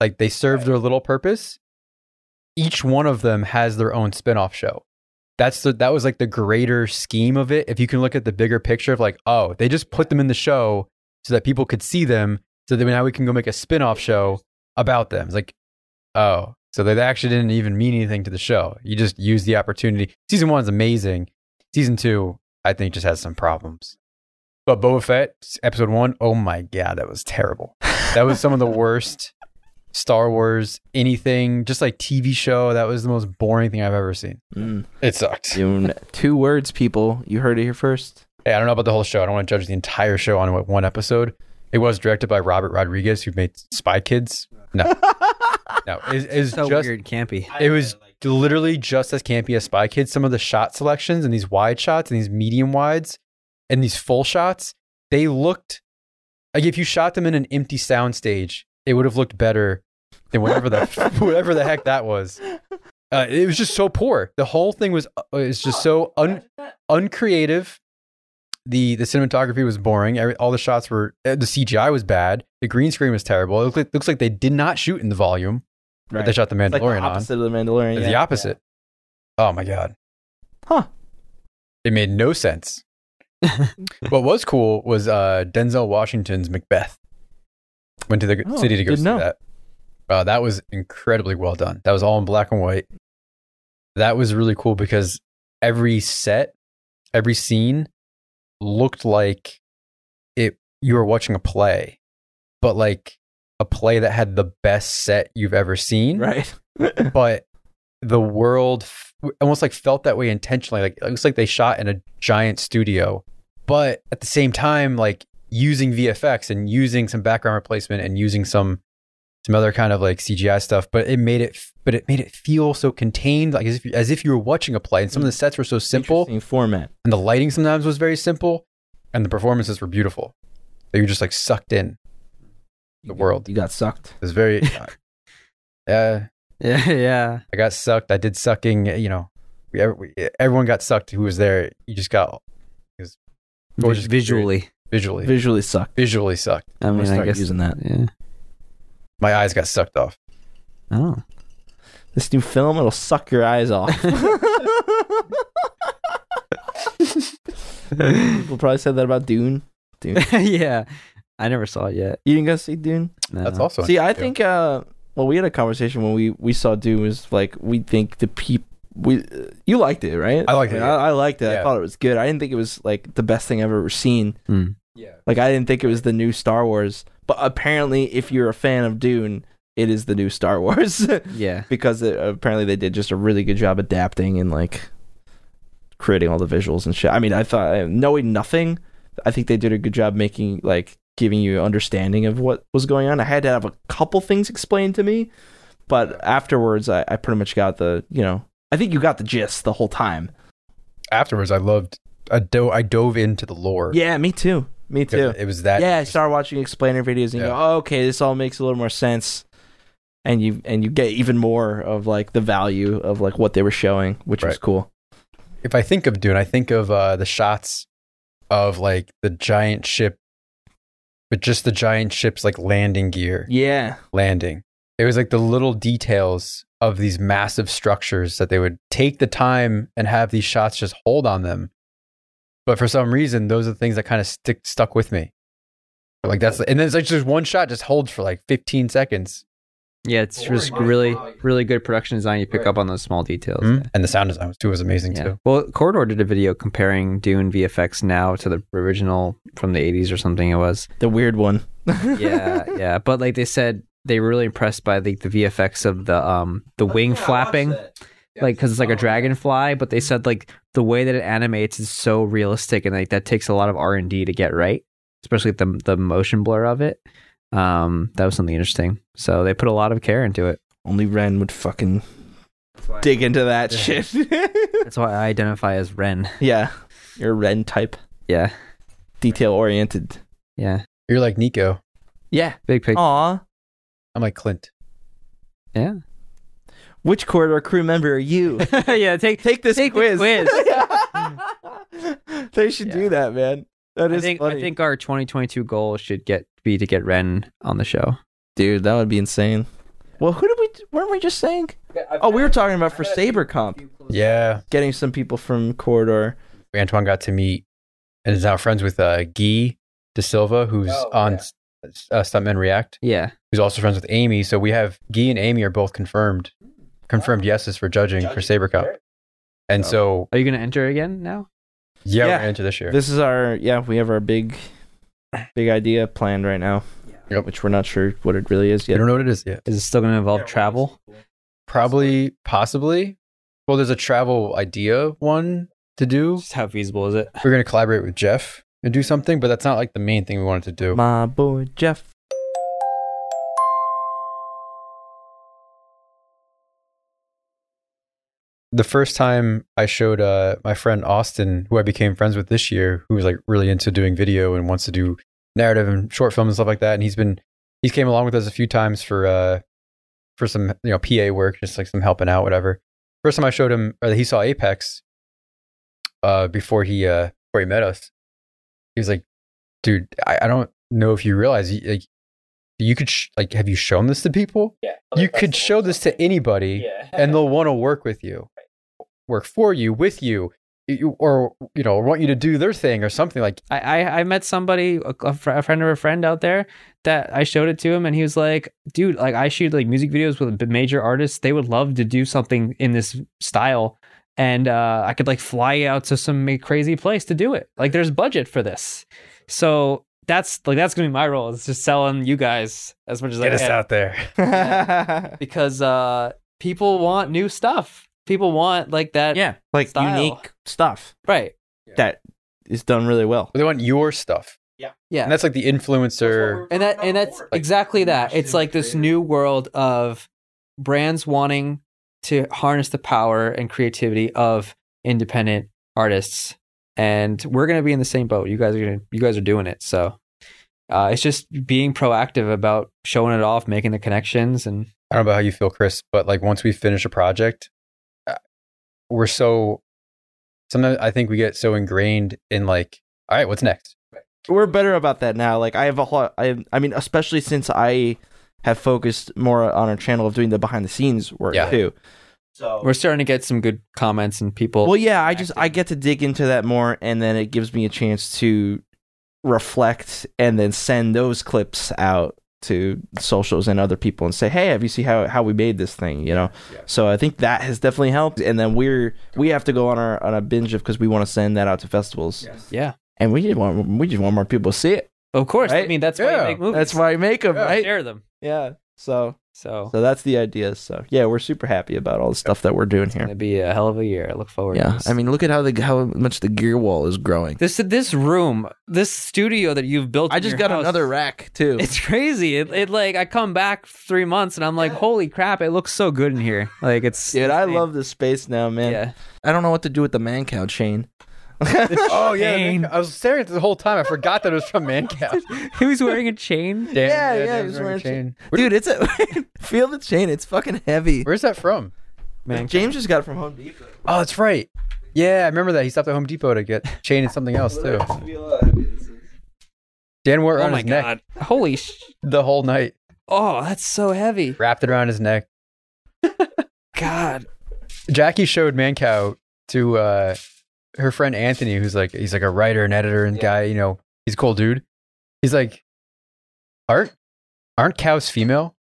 [SPEAKER 3] like they served their little purpose. Each one of them has their own spin-off show. That's the that was like the greater scheme of it. If you can look at the bigger picture of like, oh, they just put them in the show so that people could see them, so that now we can go make a spin-off show about them. It's like, oh, so they actually didn't even mean anything to the show. You just used the opportunity. Season one's amazing. Season two, I think, just has some problems. But Boba Fett, episode one, oh my god, that was terrible. That was some of the worst Star Wars anything, just like TV show. That was the most boring thing I've ever seen. It sucked.
[SPEAKER 1] Dune. Mm, Two words, people. You heard it here first.
[SPEAKER 3] Hey, I don't know about the whole show. I don't want to judge the entire show on what- one episode. It was directed by Robert Rodriguez, who made Spy Kids. No, no, it, it's
[SPEAKER 5] So
[SPEAKER 3] just
[SPEAKER 5] weird, campy.
[SPEAKER 3] it was literally just as campy as Spy Kids. Some of the shot selections and these wide shots and these medium wides and these full shots, they looked like if you shot them in an empty sound stage, it would have looked better than whatever the whatever the heck that was. Uh, it was just so poor. The whole thing was uh, is just so un, uncreative. The the cinematography was boring. Every, all the shots were uh, the CGI was bad. The green screen was terrible. It looked like, looks like they did not shoot in the volume that they shot the Mandalorian
[SPEAKER 1] Like the
[SPEAKER 3] on.
[SPEAKER 1] opposite of the Mandalorian.
[SPEAKER 3] It's
[SPEAKER 1] yeah.
[SPEAKER 3] the opposite. Oh my god.
[SPEAKER 1] Huh.
[SPEAKER 3] It made no sense. what was cool was uh, Denzel Washington's Macbeth. Went to the
[SPEAKER 1] Oh,
[SPEAKER 3] city to go
[SPEAKER 1] didn't
[SPEAKER 3] see
[SPEAKER 1] know.
[SPEAKER 3] that. Uh, that was incredibly well done. That was all in black and white. That was really cool because every set, every scene looked like it you were watching a play, but like a play that had the best set you've ever seen
[SPEAKER 1] Right.
[SPEAKER 3] but the world f- almost like felt that way intentionally. Like it looks like they shot in a giant studio, but at the same time, like using VFX and using some background replacement and using some some other kind of like CGI stuff. But it made it, f- but it made it feel so contained, like as if as if you were watching a play. And some of the sets were so simple,
[SPEAKER 1] Interesting format.
[SPEAKER 3] and the lighting sometimes was very simple, and the performances were beautiful. They were just like sucked in. The world.
[SPEAKER 1] You got sucked.
[SPEAKER 3] It was very, uh, yeah.
[SPEAKER 2] Yeah, yeah.
[SPEAKER 3] I got sucked. I did sucking. You know, we, ev- we everyone got sucked who was there. You just got it was gorgeous
[SPEAKER 5] Visually.
[SPEAKER 3] experience. visually,
[SPEAKER 1] Visually sucked.
[SPEAKER 3] visually sucked.
[SPEAKER 2] I
[SPEAKER 1] I'm
[SPEAKER 2] mean,
[SPEAKER 1] gonna
[SPEAKER 2] I
[SPEAKER 1] start
[SPEAKER 2] guess.
[SPEAKER 1] using that.
[SPEAKER 2] Yeah.
[SPEAKER 3] My eyes got sucked off.
[SPEAKER 2] Oh.
[SPEAKER 1] This new film, it'll suck your eyes off. People probably said that about Dune.
[SPEAKER 2] yeah. I never saw it yet.
[SPEAKER 1] You didn't go see Dune?
[SPEAKER 2] No.
[SPEAKER 3] That's also
[SPEAKER 1] Uh-huh. See, I
[SPEAKER 3] interesting.
[SPEAKER 1] think uh, well, we had a conversation when we we saw Dune was like we think the peep we uh, you liked it, right?
[SPEAKER 3] I liked it,
[SPEAKER 1] Like,
[SPEAKER 3] yeah.
[SPEAKER 1] I, I liked it. I
[SPEAKER 3] Yeah.
[SPEAKER 1] thought it was good. I didn't think it was like the best thing I've ever seen.
[SPEAKER 2] Mm.
[SPEAKER 1] Yeah. Like I didn't think it was the new Star Wars, but apparently, if you're a fan of Dune, it is the new Star Wars
[SPEAKER 6] Yeah.
[SPEAKER 1] because it, apparently they did just a really good job adapting and like creating all the visuals and shit. I mean, I thought uh, knowing nothing, I think they did a good job making like giving you understanding of what was going on. I had to have a couple things explained to me, but afterwards, I, I pretty much got the you know. I think you got the gist the whole time.
[SPEAKER 3] Afterwards, I loved. I do. I dove into the lore.
[SPEAKER 1] Yeah, me too. Me
[SPEAKER 3] 'Cause
[SPEAKER 1] too.
[SPEAKER 3] It was that.
[SPEAKER 1] yeah, I start watching explainer videos and you go,
[SPEAKER 3] Yeah.
[SPEAKER 1] oh, okay, this all makes a little more sense. And you and you get even more of like the value of like what they were showing, which was
[SPEAKER 3] Right.
[SPEAKER 1] cool.
[SPEAKER 3] if I think of Dune, I think of uh, the shots of like the giant ship, but just the giant ship's like landing gear,
[SPEAKER 1] Yeah.
[SPEAKER 3] landing. It was like the little details of these massive structures that they would take the time and have these shots just hold on them. But for some reason, those are the things that kind of stick stuck with me. Like that's and then it's like just one shot just holds for like 15 seconds,
[SPEAKER 2] Yeah, it's just really, really good production design. You pick up on those small details.
[SPEAKER 1] Hmm.
[SPEAKER 2] Yeah.
[SPEAKER 3] and the sound design was too was amazing
[SPEAKER 2] Hmm? Yeah.
[SPEAKER 3] too.
[SPEAKER 2] Well, Corridor did a video comparing Dune VFX now to the original from the 80s or something it was.
[SPEAKER 1] The weird one.
[SPEAKER 2] Yeah, yeah. But like they said, they were really impressed by like the VFX of the um the wing flapping, like because it's
[SPEAKER 1] Oh,
[SPEAKER 2] like a dragonfly. But they said like the way that it animates is so realistic, and like that takes a lot of R and D to get right, especially the the motion blur of it. Um, that was something interesting. So they put a lot of care into it.
[SPEAKER 1] Only Ren would fucking dig into that shit.
[SPEAKER 2] That's why I identify as Ren.
[SPEAKER 1] yeah. You're a Ren type.
[SPEAKER 2] Yeah,
[SPEAKER 1] Detail oriented.
[SPEAKER 2] yeah.
[SPEAKER 3] You're like Nico.
[SPEAKER 1] Yeah.
[SPEAKER 2] Big picture.
[SPEAKER 1] Aw.
[SPEAKER 3] I'm like Clint.
[SPEAKER 2] Yeah.
[SPEAKER 1] Which corridor crew member are you?
[SPEAKER 2] Oh. yeah. Take
[SPEAKER 1] Take this
[SPEAKER 2] Take the
[SPEAKER 1] quiz.
[SPEAKER 2] quiz.
[SPEAKER 1] they should do
[SPEAKER 2] Yeah.
[SPEAKER 1] that, man. That
[SPEAKER 2] I
[SPEAKER 1] is
[SPEAKER 2] think,
[SPEAKER 1] funny.
[SPEAKER 2] I think our 2022 goal should get be to get Ren on the show.
[SPEAKER 1] Dude, that would be insane. Well, who did we? Weren't we just saying? Oh, we were talking about for Saber Comp,
[SPEAKER 3] Yeah.
[SPEAKER 1] getting some people from Corridor.
[SPEAKER 3] Antoine got to meet and is now friends with uh, Guy De Silva, who's on uh, Stuntman React,
[SPEAKER 2] Yeah.
[SPEAKER 3] who's also friends with Amy. So we have Guy and Amy are both confirmed, confirmed yeses for judging, Oh. for Saber Cup. And so,
[SPEAKER 2] Are you gonna enter again now?
[SPEAKER 3] yeah,
[SPEAKER 1] Yeah.
[SPEAKER 3] we're into this year.
[SPEAKER 1] This is our yeah. We have our big, big idea planned right now,
[SPEAKER 3] Yep.
[SPEAKER 1] which we're not sure what it really is
[SPEAKER 3] I
[SPEAKER 1] yet.
[SPEAKER 3] don't know what it is yet.
[SPEAKER 2] Is it still gonna involve travel?
[SPEAKER 3] Probably, possibly. Well, there's a travel idea one to do.
[SPEAKER 2] Just how feasible is it?
[SPEAKER 3] We're going to collaborate with Jeff and do something, but that's not like the main thing we wanted to do.
[SPEAKER 1] My boy Jeff.
[SPEAKER 3] the first time I showed uh, my friend Austin, who I became friends with this year, who was like really into doing video and wants to do narrative and short film and stuff like that, and he's been he's came along with us a few times for uh for some you know PA work, just like some helping out, whatever. First time I showed him, or he saw Apex, uh, before he uh before he met us, he was like, "Dude, I, I don't know if you realize you- like." You could sh- like, have you shown this to people? Yeah, you could show this to anybody, and they'll want to work with you work for you, with you, you- or you know, want you to do their thing or something like.
[SPEAKER 2] I I, I met somebody, a, a fr- a friend of a friend out there, that I showed it to him, and he was like, "Dude, like I shoot like music videos with b- major artists. They would love to do something in this style." And uh, I could like fly out to some ma- crazy place to do it. Like there's budget for this, so that's like that's gonna be my role. It's just selling you guys as much as I can.
[SPEAKER 3] there.
[SPEAKER 1] yeah,
[SPEAKER 2] because uh people want new stuff. People want like that.
[SPEAKER 1] like
[SPEAKER 2] Style.
[SPEAKER 1] unique stuff
[SPEAKER 2] Right.
[SPEAKER 1] that is done really well.
[SPEAKER 3] They want your stuff,
[SPEAKER 2] Yeah.
[SPEAKER 3] and that's like the influencer.
[SPEAKER 2] and that and that's exactly that. It's like this new world of brands wanting to harness the power and creativity of independent artists, and we're gonna be in the same boat. You guys are gonna you guys are doing it. So uh, it's just being proactive about showing it off, making the connections, and
[SPEAKER 3] I don't know about how you feel, Chris, but like once we finish a project, uh, we're so. Sometimes I think we get so ingrained in like, all right, what's next?
[SPEAKER 1] we're better about that now. Like I have a whole, I, I mean, especially since I have focused more on our channel of doing the behind the scenes work
[SPEAKER 3] Yeah.
[SPEAKER 1] too. So
[SPEAKER 2] we're starting to get some good comments and people.
[SPEAKER 1] well, yeah, I just I get to dig into that more, and then it gives me a chance to reflect and then send those clips out to socials and other people and say, hey, have you seen how how we made this thing? You know. So I think that has definitely helped, and then we're we have to go on our on a binge of because we want to send that out to festivals,
[SPEAKER 2] yeah,
[SPEAKER 1] and we just want we just want more people to see it.
[SPEAKER 2] of course. I
[SPEAKER 1] Right?
[SPEAKER 2] mean, that's why
[SPEAKER 3] Yeah.
[SPEAKER 2] you make movies.
[SPEAKER 1] That's why I make them,
[SPEAKER 3] Yeah.
[SPEAKER 1] right?
[SPEAKER 2] share them.
[SPEAKER 1] Yeah. So
[SPEAKER 2] So,
[SPEAKER 1] so that's the idea. So yeah, we're super happy about all the stuff that we're doing
[SPEAKER 2] it's
[SPEAKER 1] here.
[SPEAKER 2] gonna be a hell of a year. I look forward. to
[SPEAKER 6] Yeah,
[SPEAKER 2] this.
[SPEAKER 6] I mean, look at how the how much the gear wall is growing.
[SPEAKER 2] this this room, this studio that you've built.
[SPEAKER 6] I
[SPEAKER 2] in
[SPEAKER 6] just
[SPEAKER 2] your
[SPEAKER 6] got
[SPEAKER 2] house,
[SPEAKER 6] another rack too.
[SPEAKER 2] It's crazy. It, it like I come back three months and I'm like, holy crap! It looks so good in here. Like it's
[SPEAKER 1] Dude, I
[SPEAKER 2] insane.
[SPEAKER 1] love this space now, man.
[SPEAKER 2] Yeah,
[SPEAKER 6] I don't know what to do with the man cow chain.
[SPEAKER 3] Oh yeah,
[SPEAKER 2] Chain.
[SPEAKER 3] Man- I was staring at it the whole time. I forgot that it was from Mancap.
[SPEAKER 2] he was wearing a chain.
[SPEAKER 3] Damn,
[SPEAKER 1] Yeah, yeah,
[SPEAKER 3] damn,
[SPEAKER 1] he was
[SPEAKER 3] wearing a chain.
[SPEAKER 6] Dude, it's a feel the chain. It's fucking heavy.
[SPEAKER 3] Where's that from?
[SPEAKER 2] Man,
[SPEAKER 1] James just got it from Home Depot.
[SPEAKER 3] Oh, that's right. Yeah, I remember that. He stopped at Home Depot to get chain and something else too. Dan wore it
[SPEAKER 2] oh
[SPEAKER 3] around
[SPEAKER 2] my
[SPEAKER 3] his neck
[SPEAKER 2] god! Holy sh!
[SPEAKER 3] the whole night.
[SPEAKER 2] Oh, that's so heavy.
[SPEAKER 3] Wrapped it around his neck.
[SPEAKER 2] God,
[SPEAKER 3] Jackie showed Mancow to uh, her friend Anthony, who's like he's like a writer and editor and guy. You know, he's a cool dude. He's like, aren't aren't cows female?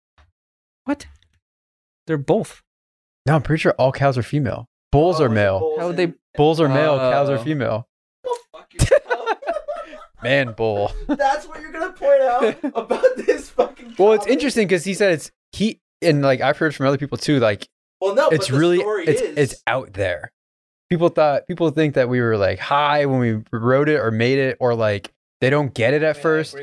[SPEAKER 2] they're both.
[SPEAKER 3] No, I'm pretty sure all cows are female.
[SPEAKER 2] Oh,
[SPEAKER 3] Bulls are male.
[SPEAKER 2] How would they?
[SPEAKER 3] Bulls are male. Cows are
[SPEAKER 2] Oh.
[SPEAKER 3] female. Man, bull.
[SPEAKER 1] That's what you're gonna point out about this fucking.
[SPEAKER 3] Well, it's interesting because he said it's he and like I've heard from other people too. Like
[SPEAKER 1] Well, no,
[SPEAKER 3] it's really it's it's out there. People thought people think that we were like high when we wrote it or made it or like they don't get it at first.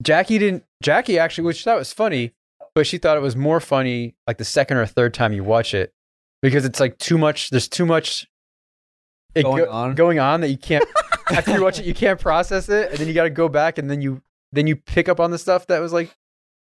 [SPEAKER 3] Jackie didn't. Jackie actually, which she thought was funny, but she thought it was more funny like the second or third time you watch it because it's like too much. There's too much it
[SPEAKER 2] Going on?
[SPEAKER 3] going on that you can't. after you watch it, you can't process it, and then you got to go back and then you then you pick up on the stuff that was like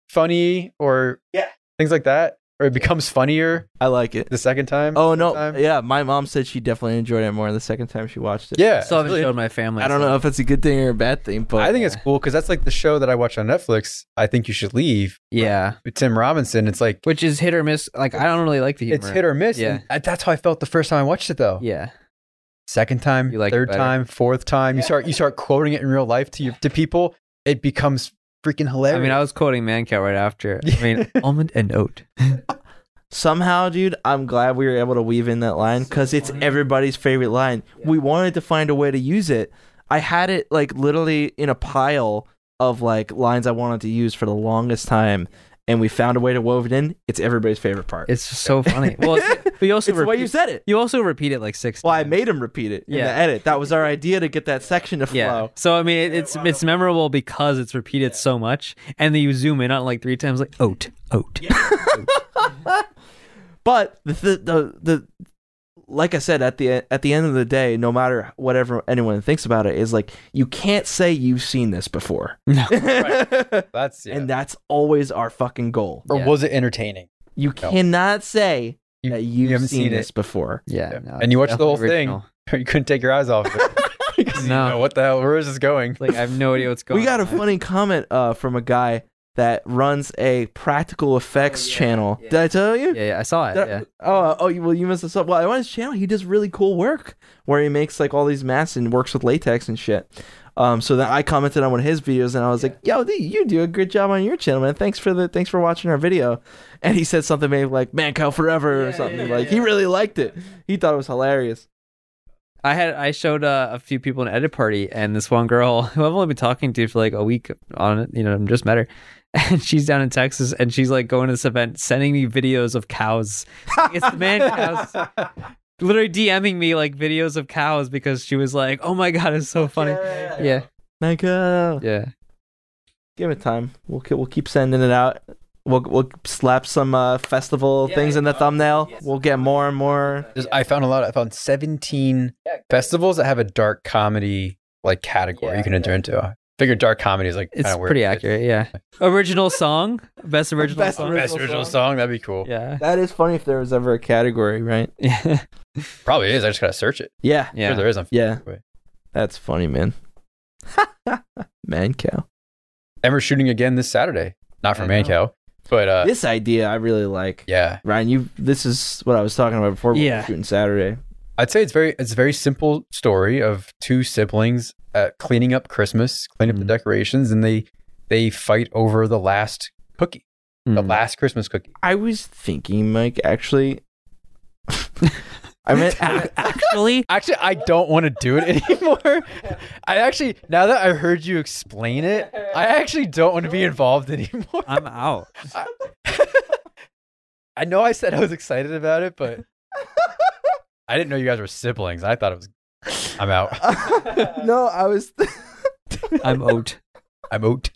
[SPEAKER 3] funny or
[SPEAKER 1] Yeah.
[SPEAKER 3] things like that, or it becomes funnier
[SPEAKER 1] I like it.
[SPEAKER 3] the second time.
[SPEAKER 1] Oh no,
[SPEAKER 3] time.
[SPEAKER 1] yeah, my mom said she definitely enjoyed it more the second time she watched it.
[SPEAKER 3] yeah.
[SPEAKER 2] I still haven't
[SPEAKER 3] Really-
[SPEAKER 2] showed my family.
[SPEAKER 6] I don't
[SPEAKER 2] so-
[SPEAKER 6] know if it's a good thing or a bad thing, but
[SPEAKER 3] I think it's cool because that's like the show that I watch on Netflix. I think you should leave
[SPEAKER 2] Yeah,
[SPEAKER 3] with Tim Robinson. It's like
[SPEAKER 2] which is hit or miss. Like I don't really like the humor.
[SPEAKER 3] it's hit or miss.
[SPEAKER 2] Yeah.
[SPEAKER 3] and I- that's how I felt the first time I watched it though.
[SPEAKER 2] Yeah,
[SPEAKER 3] Second time,
[SPEAKER 2] You like it
[SPEAKER 3] third
[SPEAKER 2] better.
[SPEAKER 3] time, fourth time, you start you start quoting it in real life to you, to people. It becomes freaking
[SPEAKER 2] I
[SPEAKER 3] hilarious.
[SPEAKER 2] mean, I was quoting Mancow right after. I mean, almond and oat.
[SPEAKER 1] Somehow, dude, I'm glad we were able to weave in that line because it's everybody's favorite line. We wanted to find a way to use it. I had it like literally in a pile of like lines I wanted to use for the longest time, and we found a way to wove it in. It's everybody's favorite part. It's,
[SPEAKER 2] It's just so funny. Well, it's- but you also
[SPEAKER 1] the way
[SPEAKER 2] repeat,
[SPEAKER 1] you said it.
[SPEAKER 2] you also repeat it like six.
[SPEAKER 1] Well, I
[SPEAKER 2] times.
[SPEAKER 1] made him repeat it in
[SPEAKER 2] Yeah.
[SPEAKER 1] the edit. That was our idea to get that section to flow.
[SPEAKER 2] Yeah. So I mean, it, it's it's memorable because it's repeated so much, and then you zoom in on it like three times, like oat, oat.
[SPEAKER 1] But the, the the the like I said at the at the end of the day, no matter whatever anyone thinks about it, is like you can't say you've seen this before,
[SPEAKER 2] No.
[SPEAKER 3] that's yeah.
[SPEAKER 1] and that's always our fucking goal.
[SPEAKER 3] or
[SPEAKER 2] Yeah.
[SPEAKER 3] was it entertaining?
[SPEAKER 1] You
[SPEAKER 3] No.
[SPEAKER 1] cannot say
[SPEAKER 3] You,
[SPEAKER 1] that
[SPEAKER 3] you
[SPEAKER 1] you've
[SPEAKER 3] haven't
[SPEAKER 1] seen,
[SPEAKER 3] seen,
[SPEAKER 1] this before.
[SPEAKER 2] Yeah.
[SPEAKER 3] Yeah. And you watch the
[SPEAKER 2] definitely
[SPEAKER 3] whole thing.
[SPEAKER 2] original.
[SPEAKER 3] it. You couldn't take your eyes off of it. Because you
[SPEAKER 2] No.
[SPEAKER 3] know, what the hell? Where is this going?
[SPEAKER 2] Like I have no idea what's going.
[SPEAKER 1] We got a
[SPEAKER 2] on.
[SPEAKER 1] funny comment uh, from a guy that runs a practical effects channel. Did I tell you?
[SPEAKER 2] Yeah, yeah, I saw it.
[SPEAKER 1] That-
[SPEAKER 2] Yeah.
[SPEAKER 1] Oh, uh, oh, you- well, you missed this up. Well, on his channel, he does really cool work where he makes like all these masks and works with latex and shit. Um, so then I commented on one of his videos and I was like, "Yo, dude, you do a good job on your channel, man. Thanks for the thanks for watching our video." And he said something maybe like "Man cow forever" or something. like he really liked it. He thought it was hilarious.
[SPEAKER 2] I had I showed uh, a few people an edit party, and this one girl who I've only been talking to for like a week on it, you know, I'm just met her, and she's down in Texas, and she's like going to this event, sending me videos of cows. Like, it's the man cows. Literally DMing me like videos of cows because she was like, "Oh my god, it's so funny." Yeah,
[SPEAKER 1] Man cow.
[SPEAKER 2] yeah.
[SPEAKER 1] Give it time. We'll ke- we'll keep sending it out. We'll we'll slap some uh, festival things in the thumbnail. We'll get more and more.
[SPEAKER 3] There's- I found a lot. I found 17 festivals that have a dark comedy like category you can enter into. I figured dark comedy is like
[SPEAKER 2] It's
[SPEAKER 3] kinda weird.
[SPEAKER 2] pretty accurate. Yeah. Original song, best original
[SPEAKER 1] Best
[SPEAKER 2] song.
[SPEAKER 1] ori-
[SPEAKER 3] Best original
[SPEAKER 1] song.
[SPEAKER 3] song. That'd be cool.
[SPEAKER 2] yeah.
[SPEAKER 1] That is funny if there was ever a category, right?
[SPEAKER 2] yeah.
[SPEAKER 3] Probably is. I just gotta search it.
[SPEAKER 1] Yeah.
[SPEAKER 3] Sure there is on
[SPEAKER 1] Yeah.
[SPEAKER 3] Wait.
[SPEAKER 1] That's funny, man. man cow.
[SPEAKER 3] And we're shooting again this Saturday. Not for
[SPEAKER 1] I
[SPEAKER 3] Manco, but uh,
[SPEAKER 1] This idea I really like.
[SPEAKER 3] yeah,
[SPEAKER 1] Ryan, you this is what I was talking about before we
[SPEAKER 2] Yeah.
[SPEAKER 1] were shooting Saturday.
[SPEAKER 3] I'd say it's very it's a very simple story of two siblings uh, cleaning up Christmas, cleaning
[SPEAKER 2] Mm.
[SPEAKER 3] up the decorations, and they they fight over the last cookie, the
[SPEAKER 2] Mm.
[SPEAKER 3] last Christmas cookie.
[SPEAKER 1] I was thinking, Mike, actually I meant I,
[SPEAKER 2] Actually,
[SPEAKER 3] Actually, I don't want to do it anymore. I actually now that I heard you explain it, I actually don't want to be involved anymore.
[SPEAKER 2] I'm out.
[SPEAKER 3] I know I said I was excited about it, but I didn't know you guys were siblings. I thought it was. I'm out.
[SPEAKER 1] no, I was
[SPEAKER 2] I'm oat.
[SPEAKER 3] I'm out.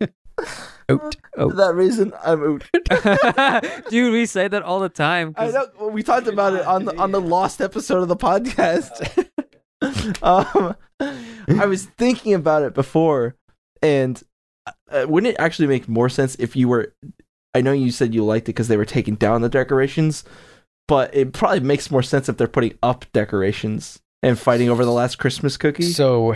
[SPEAKER 3] out.
[SPEAKER 2] Oh.
[SPEAKER 1] for that reason I'm out.
[SPEAKER 2] Dude, we say that all the time.
[SPEAKER 1] I
[SPEAKER 2] 'cause-
[SPEAKER 1] know well, we talked about it on the on the lost episode of the podcast. um, I was thinking about it before, and uh, wouldn't it actually make more sense if you were? I know you said you liked it because they were taking down the decorations, but it probably makes more sense if they're putting up decorations and fighting over the last Christmas cookie.
[SPEAKER 3] So,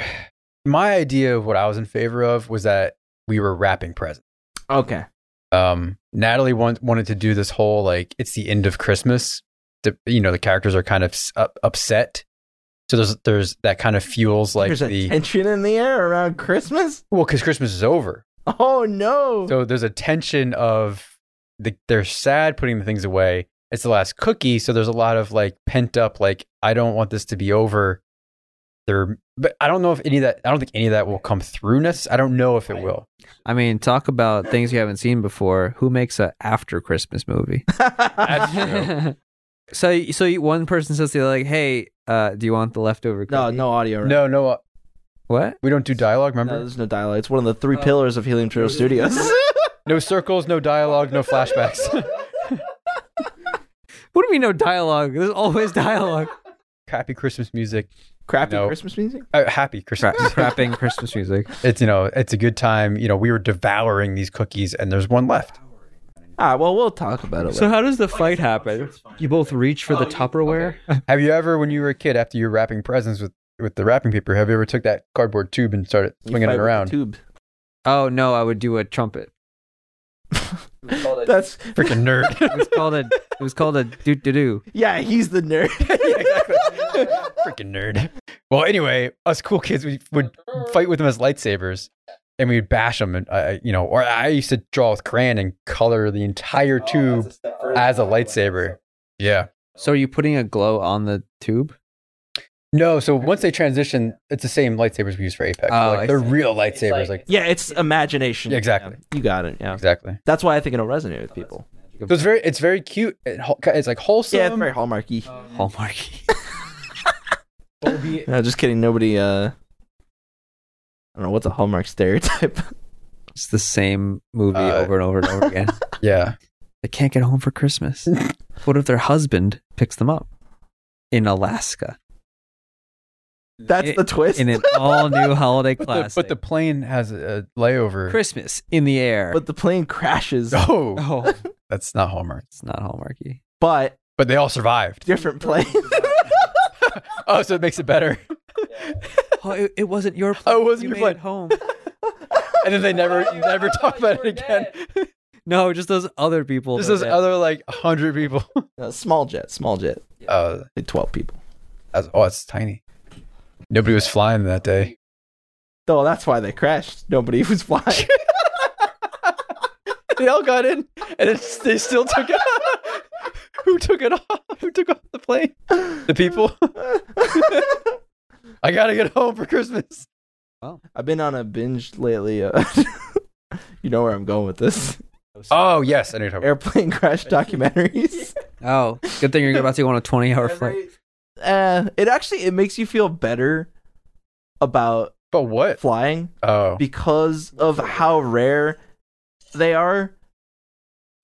[SPEAKER 3] my idea of what I was in favor of was that we were wrapping presents.
[SPEAKER 1] okay,
[SPEAKER 3] Um, Natalie want, wanted to do this whole like it's the end of Christmas. The, you know, the characters are kind of s- up, upset. So there's there's that kind of fuels like
[SPEAKER 1] there's a
[SPEAKER 3] the
[SPEAKER 1] tension in the air around Christmas.
[SPEAKER 3] well because Christmas is over.
[SPEAKER 1] Oh no!
[SPEAKER 3] So there's a tension of the, they're sad putting the things away. It's the last cookie, so there's a lot of like pent up like I don't want this to be over. There, but I don't know if any of that. I don't think any of that will come through. Necess- I don't know if it will.
[SPEAKER 2] I mean, talk about things you haven't seen before. Who makes a after Christmas movie?
[SPEAKER 3] That's true.
[SPEAKER 2] so, so you- one person says to the other, like, "Hey, uh, do you want the leftover?"
[SPEAKER 1] no,
[SPEAKER 2] cookie?"
[SPEAKER 1] no audio. right
[SPEAKER 3] no, no, uh,
[SPEAKER 2] What?
[SPEAKER 3] we don't do dialogue.
[SPEAKER 1] No,
[SPEAKER 3] Remember,
[SPEAKER 1] there's no dialogue. It's one of the three pillars of Helium Trail Studios.
[SPEAKER 3] no circles, no dialogue, no flashbacks.
[SPEAKER 2] What do you mean no dialogue? There's always dialogue.
[SPEAKER 3] Crappy Christmas music.
[SPEAKER 1] Crappy
[SPEAKER 3] No.
[SPEAKER 1] Christmas music.
[SPEAKER 3] Uh, happy Christmas.
[SPEAKER 2] Crapping Christmas music.
[SPEAKER 3] It's you know, it's a good time. You know, we were devouring these cookies, and there's one left.
[SPEAKER 1] Ah, well, we'll talk about it.
[SPEAKER 2] So
[SPEAKER 1] later.
[SPEAKER 2] how does the fight happen? You both reach for the Tupperware.
[SPEAKER 3] Have you ever, when you were a kid, after you were wrapping presents with with the wrapping paper, have you ever took that cardboard tube and started
[SPEAKER 1] You
[SPEAKER 3] swinging
[SPEAKER 1] fight
[SPEAKER 3] it
[SPEAKER 1] with the
[SPEAKER 3] around?
[SPEAKER 1] Tube.
[SPEAKER 2] Oh no, I would do a trumpet.
[SPEAKER 1] That's
[SPEAKER 3] Freaking nerd!
[SPEAKER 2] It was called a. It was called a doo doo doo.
[SPEAKER 1] yeah. He's the nerd.
[SPEAKER 3] Freaking nerd. Well, anyway, us cool kids, we would fight with them as lightsabers, and we'd bash them, and uh, you know, or I used to draw with crayon and color the
[SPEAKER 1] Oh,
[SPEAKER 3] entire tube as a lightsaber. Yeah.
[SPEAKER 2] So are you putting a glow on the tube?
[SPEAKER 3] No, so once they transition, it's the same lightsabers we use for Apex.
[SPEAKER 2] Oh, I
[SPEAKER 3] like, they're
[SPEAKER 2] see.
[SPEAKER 3] real lightsabers. Like,
[SPEAKER 1] yeah, it's imagination.
[SPEAKER 3] Yeah, exactly.
[SPEAKER 1] Yeah, you got it. Yeah,
[SPEAKER 3] exactly.
[SPEAKER 1] that's why I think it'll resonate with people.
[SPEAKER 3] So it's very, it's very cute. It hol- it's like wholesome.
[SPEAKER 1] yeah, it's very hallmarky.
[SPEAKER 2] uh, Hallmarky.
[SPEAKER 1] no, just kidding. Nobody. uh I don't know what's a hallmark stereotype.
[SPEAKER 2] It's the same movie
[SPEAKER 3] Uh,
[SPEAKER 2] over and over and over again.
[SPEAKER 3] yeah.
[SPEAKER 2] They can't get home for Christmas. what if their husband picks them up in Alaska
[SPEAKER 1] That's
[SPEAKER 2] It-
[SPEAKER 1] the twist.
[SPEAKER 2] in an all new holiday
[SPEAKER 3] But the,
[SPEAKER 2] class?
[SPEAKER 3] but the plane has a layover.
[SPEAKER 2] Christmas in the air.
[SPEAKER 1] but the plane crashes,
[SPEAKER 3] Oh,
[SPEAKER 2] oh,
[SPEAKER 3] that's not Hallmark.
[SPEAKER 2] it's not Hallmarky.
[SPEAKER 1] but
[SPEAKER 3] But they all survived.
[SPEAKER 1] different plane.
[SPEAKER 3] Oh, so it makes it better.
[SPEAKER 2] Oh, it, it wasn't your plane.
[SPEAKER 3] Oh, it wasn't
[SPEAKER 2] you
[SPEAKER 3] your
[SPEAKER 2] made
[SPEAKER 3] plane.
[SPEAKER 2] it home.
[SPEAKER 3] And then they never, you never talk about it again.
[SPEAKER 2] no, just those other people.
[SPEAKER 3] There's
[SPEAKER 2] that-
[SPEAKER 3] those other like hundred people.
[SPEAKER 1] No, Uh, small jet. Small jet.
[SPEAKER 3] Uh,
[SPEAKER 1] Like Twelve people.
[SPEAKER 3] that's, oh, it's tiny. Nobody was flying that day.
[SPEAKER 1] Oh, that's why they crashed. Nobody was flying.
[SPEAKER 3] They all got in, and it's, they still took it. Who took it off? Who took off the plane? The people. I gotta get home for Christmas.
[SPEAKER 1] I've been on a binge lately. Uh, you know where I'm going with this.
[SPEAKER 3] Oh yes, I need help.
[SPEAKER 1] Airplane crash documentaries.
[SPEAKER 2] Oh, good thing you're about to go on a 20 hour flight.
[SPEAKER 1] Uh, it actually it makes you feel better about
[SPEAKER 3] But what?
[SPEAKER 1] flying
[SPEAKER 3] Oh,
[SPEAKER 1] because of how rare they are.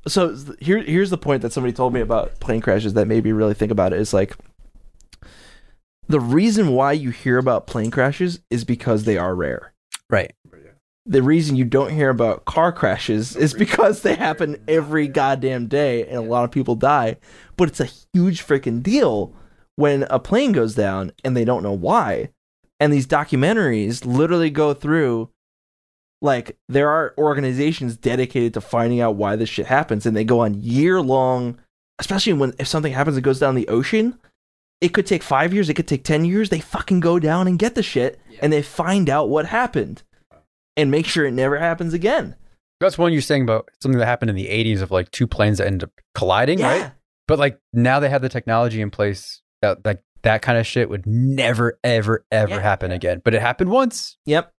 [SPEAKER 1] So s- here, here's the point that somebody told me about plane crashes that made me really think about it. Is like the reason why you hear about plane crashes is because they are rare.
[SPEAKER 2] Right.
[SPEAKER 1] the reason you don't hear about car crashes is because they happen every goddamn day and a lot of people die. But it's a huge freaking deal when a plane goes down and they don't know why. And these documentaries literally go through like there are organizations dedicated to finding out why this shit happens and they go on year long especially when if something happens that goes down the ocean it could take 5 years it could take 10 years they fucking go down and get the shit and they find out what happened and make sure it never happens again.
[SPEAKER 3] that's one you're saying about something that happened in the 80s of like two planes that end up colliding,
[SPEAKER 1] Yeah.
[SPEAKER 3] right? But like now they have the technology in place that like that kind of shit would never, ever, ever
[SPEAKER 1] Yeah.
[SPEAKER 3] happen again. But it happened once,
[SPEAKER 1] Yep.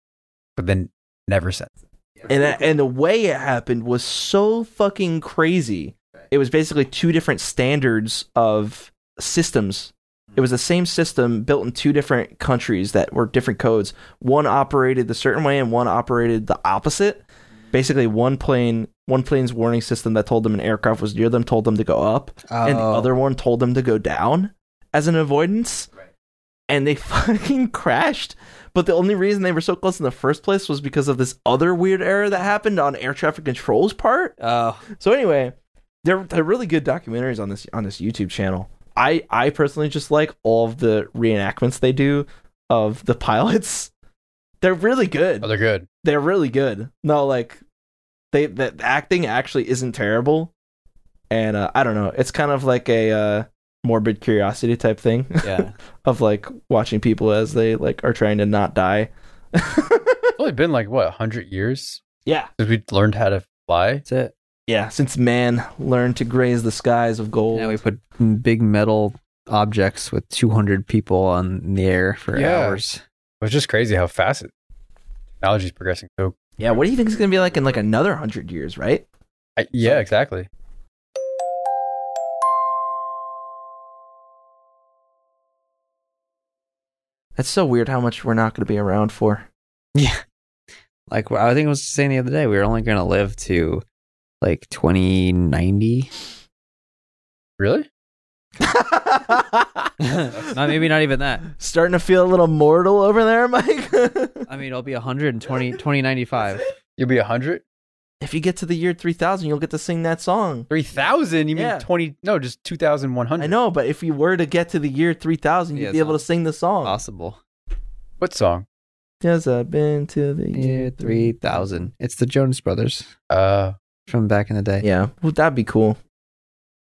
[SPEAKER 3] but then never since.
[SPEAKER 1] And and the way it happened was so fucking crazy. it was basically two different standards of systems. It was the same system built in two different countries that were different codes. One operated the certain way and one operated the opposite. Basically, one plane, one plane's warning system that told them an aircraft was near them told them to go up, and the other one told them to go down as an avoidance. And they fucking crashed. But the only reason they were so close in the first place was because of this other weird error that happened on air traffic control's part.
[SPEAKER 2] Oh,
[SPEAKER 1] So anyway, they're they're really good documentaries on this on this YouTube channel. I I personally just like all of the reenactments they do of the pilots. They're really good.
[SPEAKER 3] Oh, they're good.
[SPEAKER 1] They're really good. No, like they the the acting actually isn't terrible. And uh, I don't know. It's kind of like a uh, morbid curiosity type thing
[SPEAKER 2] yeah.
[SPEAKER 1] of like watching people as they like are trying to not die.
[SPEAKER 3] It's only been like what hundred years
[SPEAKER 1] yeah.
[SPEAKER 3] since we learned how to fly.
[SPEAKER 2] That's it.
[SPEAKER 1] Yeah, since man learned to graze the skies of gold.
[SPEAKER 2] Now we put big metal objects with 200 people on in the air for
[SPEAKER 3] Yeah.
[SPEAKER 2] hours.
[SPEAKER 3] It's just crazy how fast it technology's progressing. So
[SPEAKER 1] Yeah, what do you think it's gonna be like in like another hundred years, right?
[SPEAKER 3] I, yeah, exactly.
[SPEAKER 1] That's so weird how much we're not gonna be around for.
[SPEAKER 2] Like I think I was saying the other day, we were only going to live to like 2090.
[SPEAKER 3] Really?
[SPEAKER 2] Not- maybe not even that.
[SPEAKER 1] Starting to feel a little mortal over there, Mike.
[SPEAKER 2] I mean, it'll be 120, 2095.
[SPEAKER 3] You'll be hundred.
[SPEAKER 1] if you get to the year three thousand, you'll get to sing that song.
[SPEAKER 3] Three thousand? You mean
[SPEAKER 1] Yeah.
[SPEAKER 3] twenty? No, just two thousand one hundred.
[SPEAKER 1] I know, but if you were to get to the year three thousand, you'd
[SPEAKER 2] Yeah,
[SPEAKER 1] be
[SPEAKER 2] it's
[SPEAKER 1] able
[SPEAKER 2] not
[SPEAKER 1] to sing the song.
[SPEAKER 2] Possible.
[SPEAKER 3] What song?
[SPEAKER 1] Yes, I've been to the
[SPEAKER 2] Year 3000. It's the Jonas Brothers
[SPEAKER 3] Uh,
[SPEAKER 2] from back in the day.
[SPEAKER 1] Yeah, well, that'd be cool.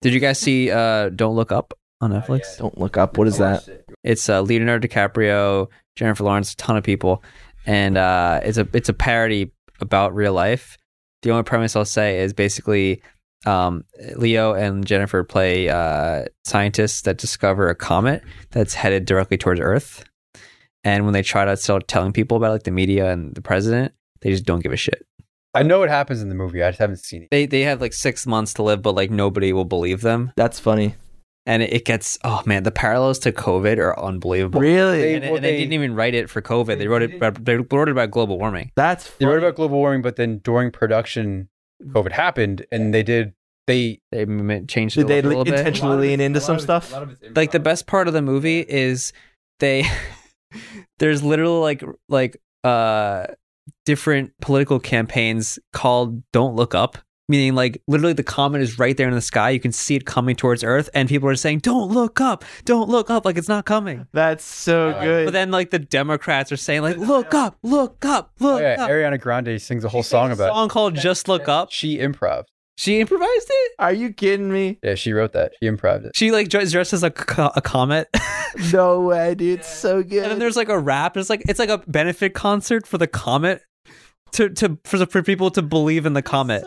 [SPEAKER 2] Did you guys see uh, Don't Look Up on Netflix?
[SPEAKER 1] Don't look up. What is that?
[SPEAKER 2] It's uh, Leonardo DiCaprio, Jennifer Lawrence, a ton of people, and uh, it's a it's a parody about real life. The only premise I'll say is basically um, Leo and Jennifer play uh, scientists that discover a comet that's headed directly towards Earth, and when they try to start telling people about it, like the media and the president, they just don't give a shit.
[SPEAKER 3] I know what happens in the movie. I just haven't seen it.
[SPEAKER 2] They they have like six months to live, but like nobody will believe them,
[SPEAKER 1] That's funny.
[SPEAKER 2] and it, it gets oh man, the parallels to COVID are unbelievable.
[SPEAKER 1] Really?
[SPEAKER 3] They-
[SPEAKER 2] and,
[SPEAKER 3] well,
[SPEAKER 2] and they,
[SPEAKER 3] they-
[SPEAKER 2] didn't even write it for COVID. They,
[SPEAKER 3] They
[SPEAKER 2] wrote it.
[SPEAKER 3] didn't-
[SPEAKER 2] About, they wrote it about global warming.
[SPEAKER 1] That's
[SPEAKER 3] They
[SPEAKER 1] funny.
[SPEAKER 3] wrote about global warming, but then during production, COVID happened, and they did. They
[SPEAKER 2] They m- m- changed it
[SPEAKER 1] Did they
[SPEAKER 2] a little bit.
[SPEAKER 1] intentionally lean into some stuff?
[SPEAKER 2] Like the best part of the movie is they. there's literally like like uh different political campaigns called "Don't Look Up." Meaning, like literally, the comet is right there in the sky. You can see it coming towards Earth, and people are saying, "Don't look up! Don't look up!" Like it's not coming.
[SPEAKER 1] That's so
[SPEAKER 3] Uh,
[SPEAKER 1] good.
[SPEAKER 2] But then, like the Democrats are saying, "Like look up! Look up! Look
[SPEAKER 3] Oh, yeah,
[SPEAKER 2] up!"
[SPEAKER 3] Ariana Grande sings a whole song about
[SPEAKER 2] song called "Just Look Up."
[SPEAKER 3] it. She improv.
[SPEAKER 2] She improvised it.
[SPEAKER 1] Are you kidding me?
[SPEAKER 3] Yeah, she wrote that. She improv it.
[SPEAKER 2] She like dre- dresses like a, co- a comet,
[SPEAKER 1] No way, dude. It's so good.
[SPEAKER 2] and then there's like a rap. It's like it's like a benefit concert for the comet to to for, the- for people to believe in the comet.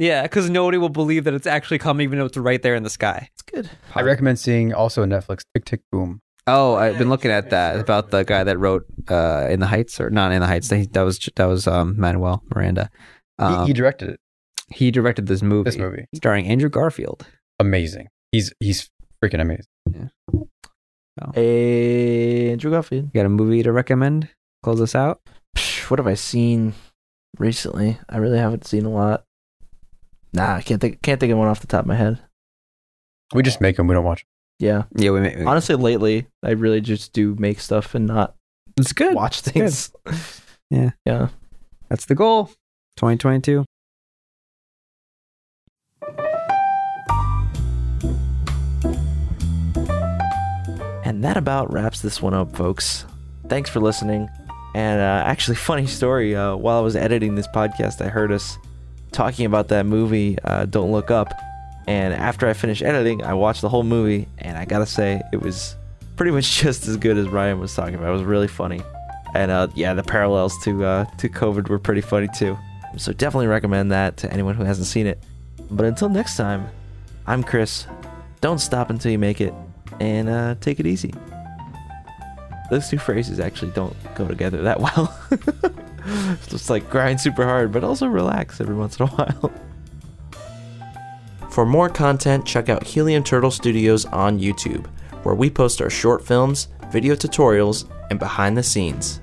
[SPEAKER 2] Yeah, because nobody will believe that it's actually coming, even though it's right there in the sky.
[SPEAKER 1] it's good.
[SPEAKER 3] I recommend seeing also Netflix Tick Tick Boom.
[SPEAKER 2] Oh, I've been looking at that about the guy that wrote uh, "In the Heights" or not "In the Heights." That, that was that was um, Manuel Miranda. Um,
[SPEAKER 3] he,
[SPEAKER 1] Um,
[SPEAKER 3] he directed it.
[SPEAKER 2] he directed this movie,
[SPEAKER 3] This movie,
[SPEAKER 2] starring Andrew Garfield.
[SPEAKER 3] amazing. He's he's freaking amazing.
[SPEAKER 1] Andrew Eh, Garfield.
[SPEAKER 2] You got a movie to recommend? Close us out.
[SPEAKER 1] Psh, What have I seen recently? I really haven't seen a lot. Nah, I can't think. Can't think of one off the top of my head.
[SPEAKER 3] We just make them. We don't watch. 'em.
[SPEAKER 1] Yeah,
[SPEAKER 2] Yeah, we. we
[SPEAKER 1] honestly, lately I really just do make stuff and not
[SPEAKER 2] it's good.
[SPEAKER 1] watch things.
[SPEAKER 2] Yeah.
[SPEAKER 1] yeah.
[SPEAKER 2] That's the goal. 2022.
[SPEAKER 1] And that about wraps this one up, folks. Thanks for listening. And uh, actually, funny story. Uh, while I was editing this podcast, I heard us talking about that movie, uh, Don't Look Up. And after I finished editing, I watched the whole movie, and I gotta say, it was pretty much just as good as Ryan was talking about. It was really funny, and uh, yeah, the parallels to uh, to COVID were pretty funny too. So definitely recommend that to anyone who hasn't seen it. But until next time, I'm Chris. Don't stop until you make it, and uh, take it easy. Those two phrases actually don't go together that well. it's just like grind super hard, but also relax every once in a while. For more content, check out Helium Turtle Studios on YouTube, where we post our short films, video tutorials, and behind the scenes.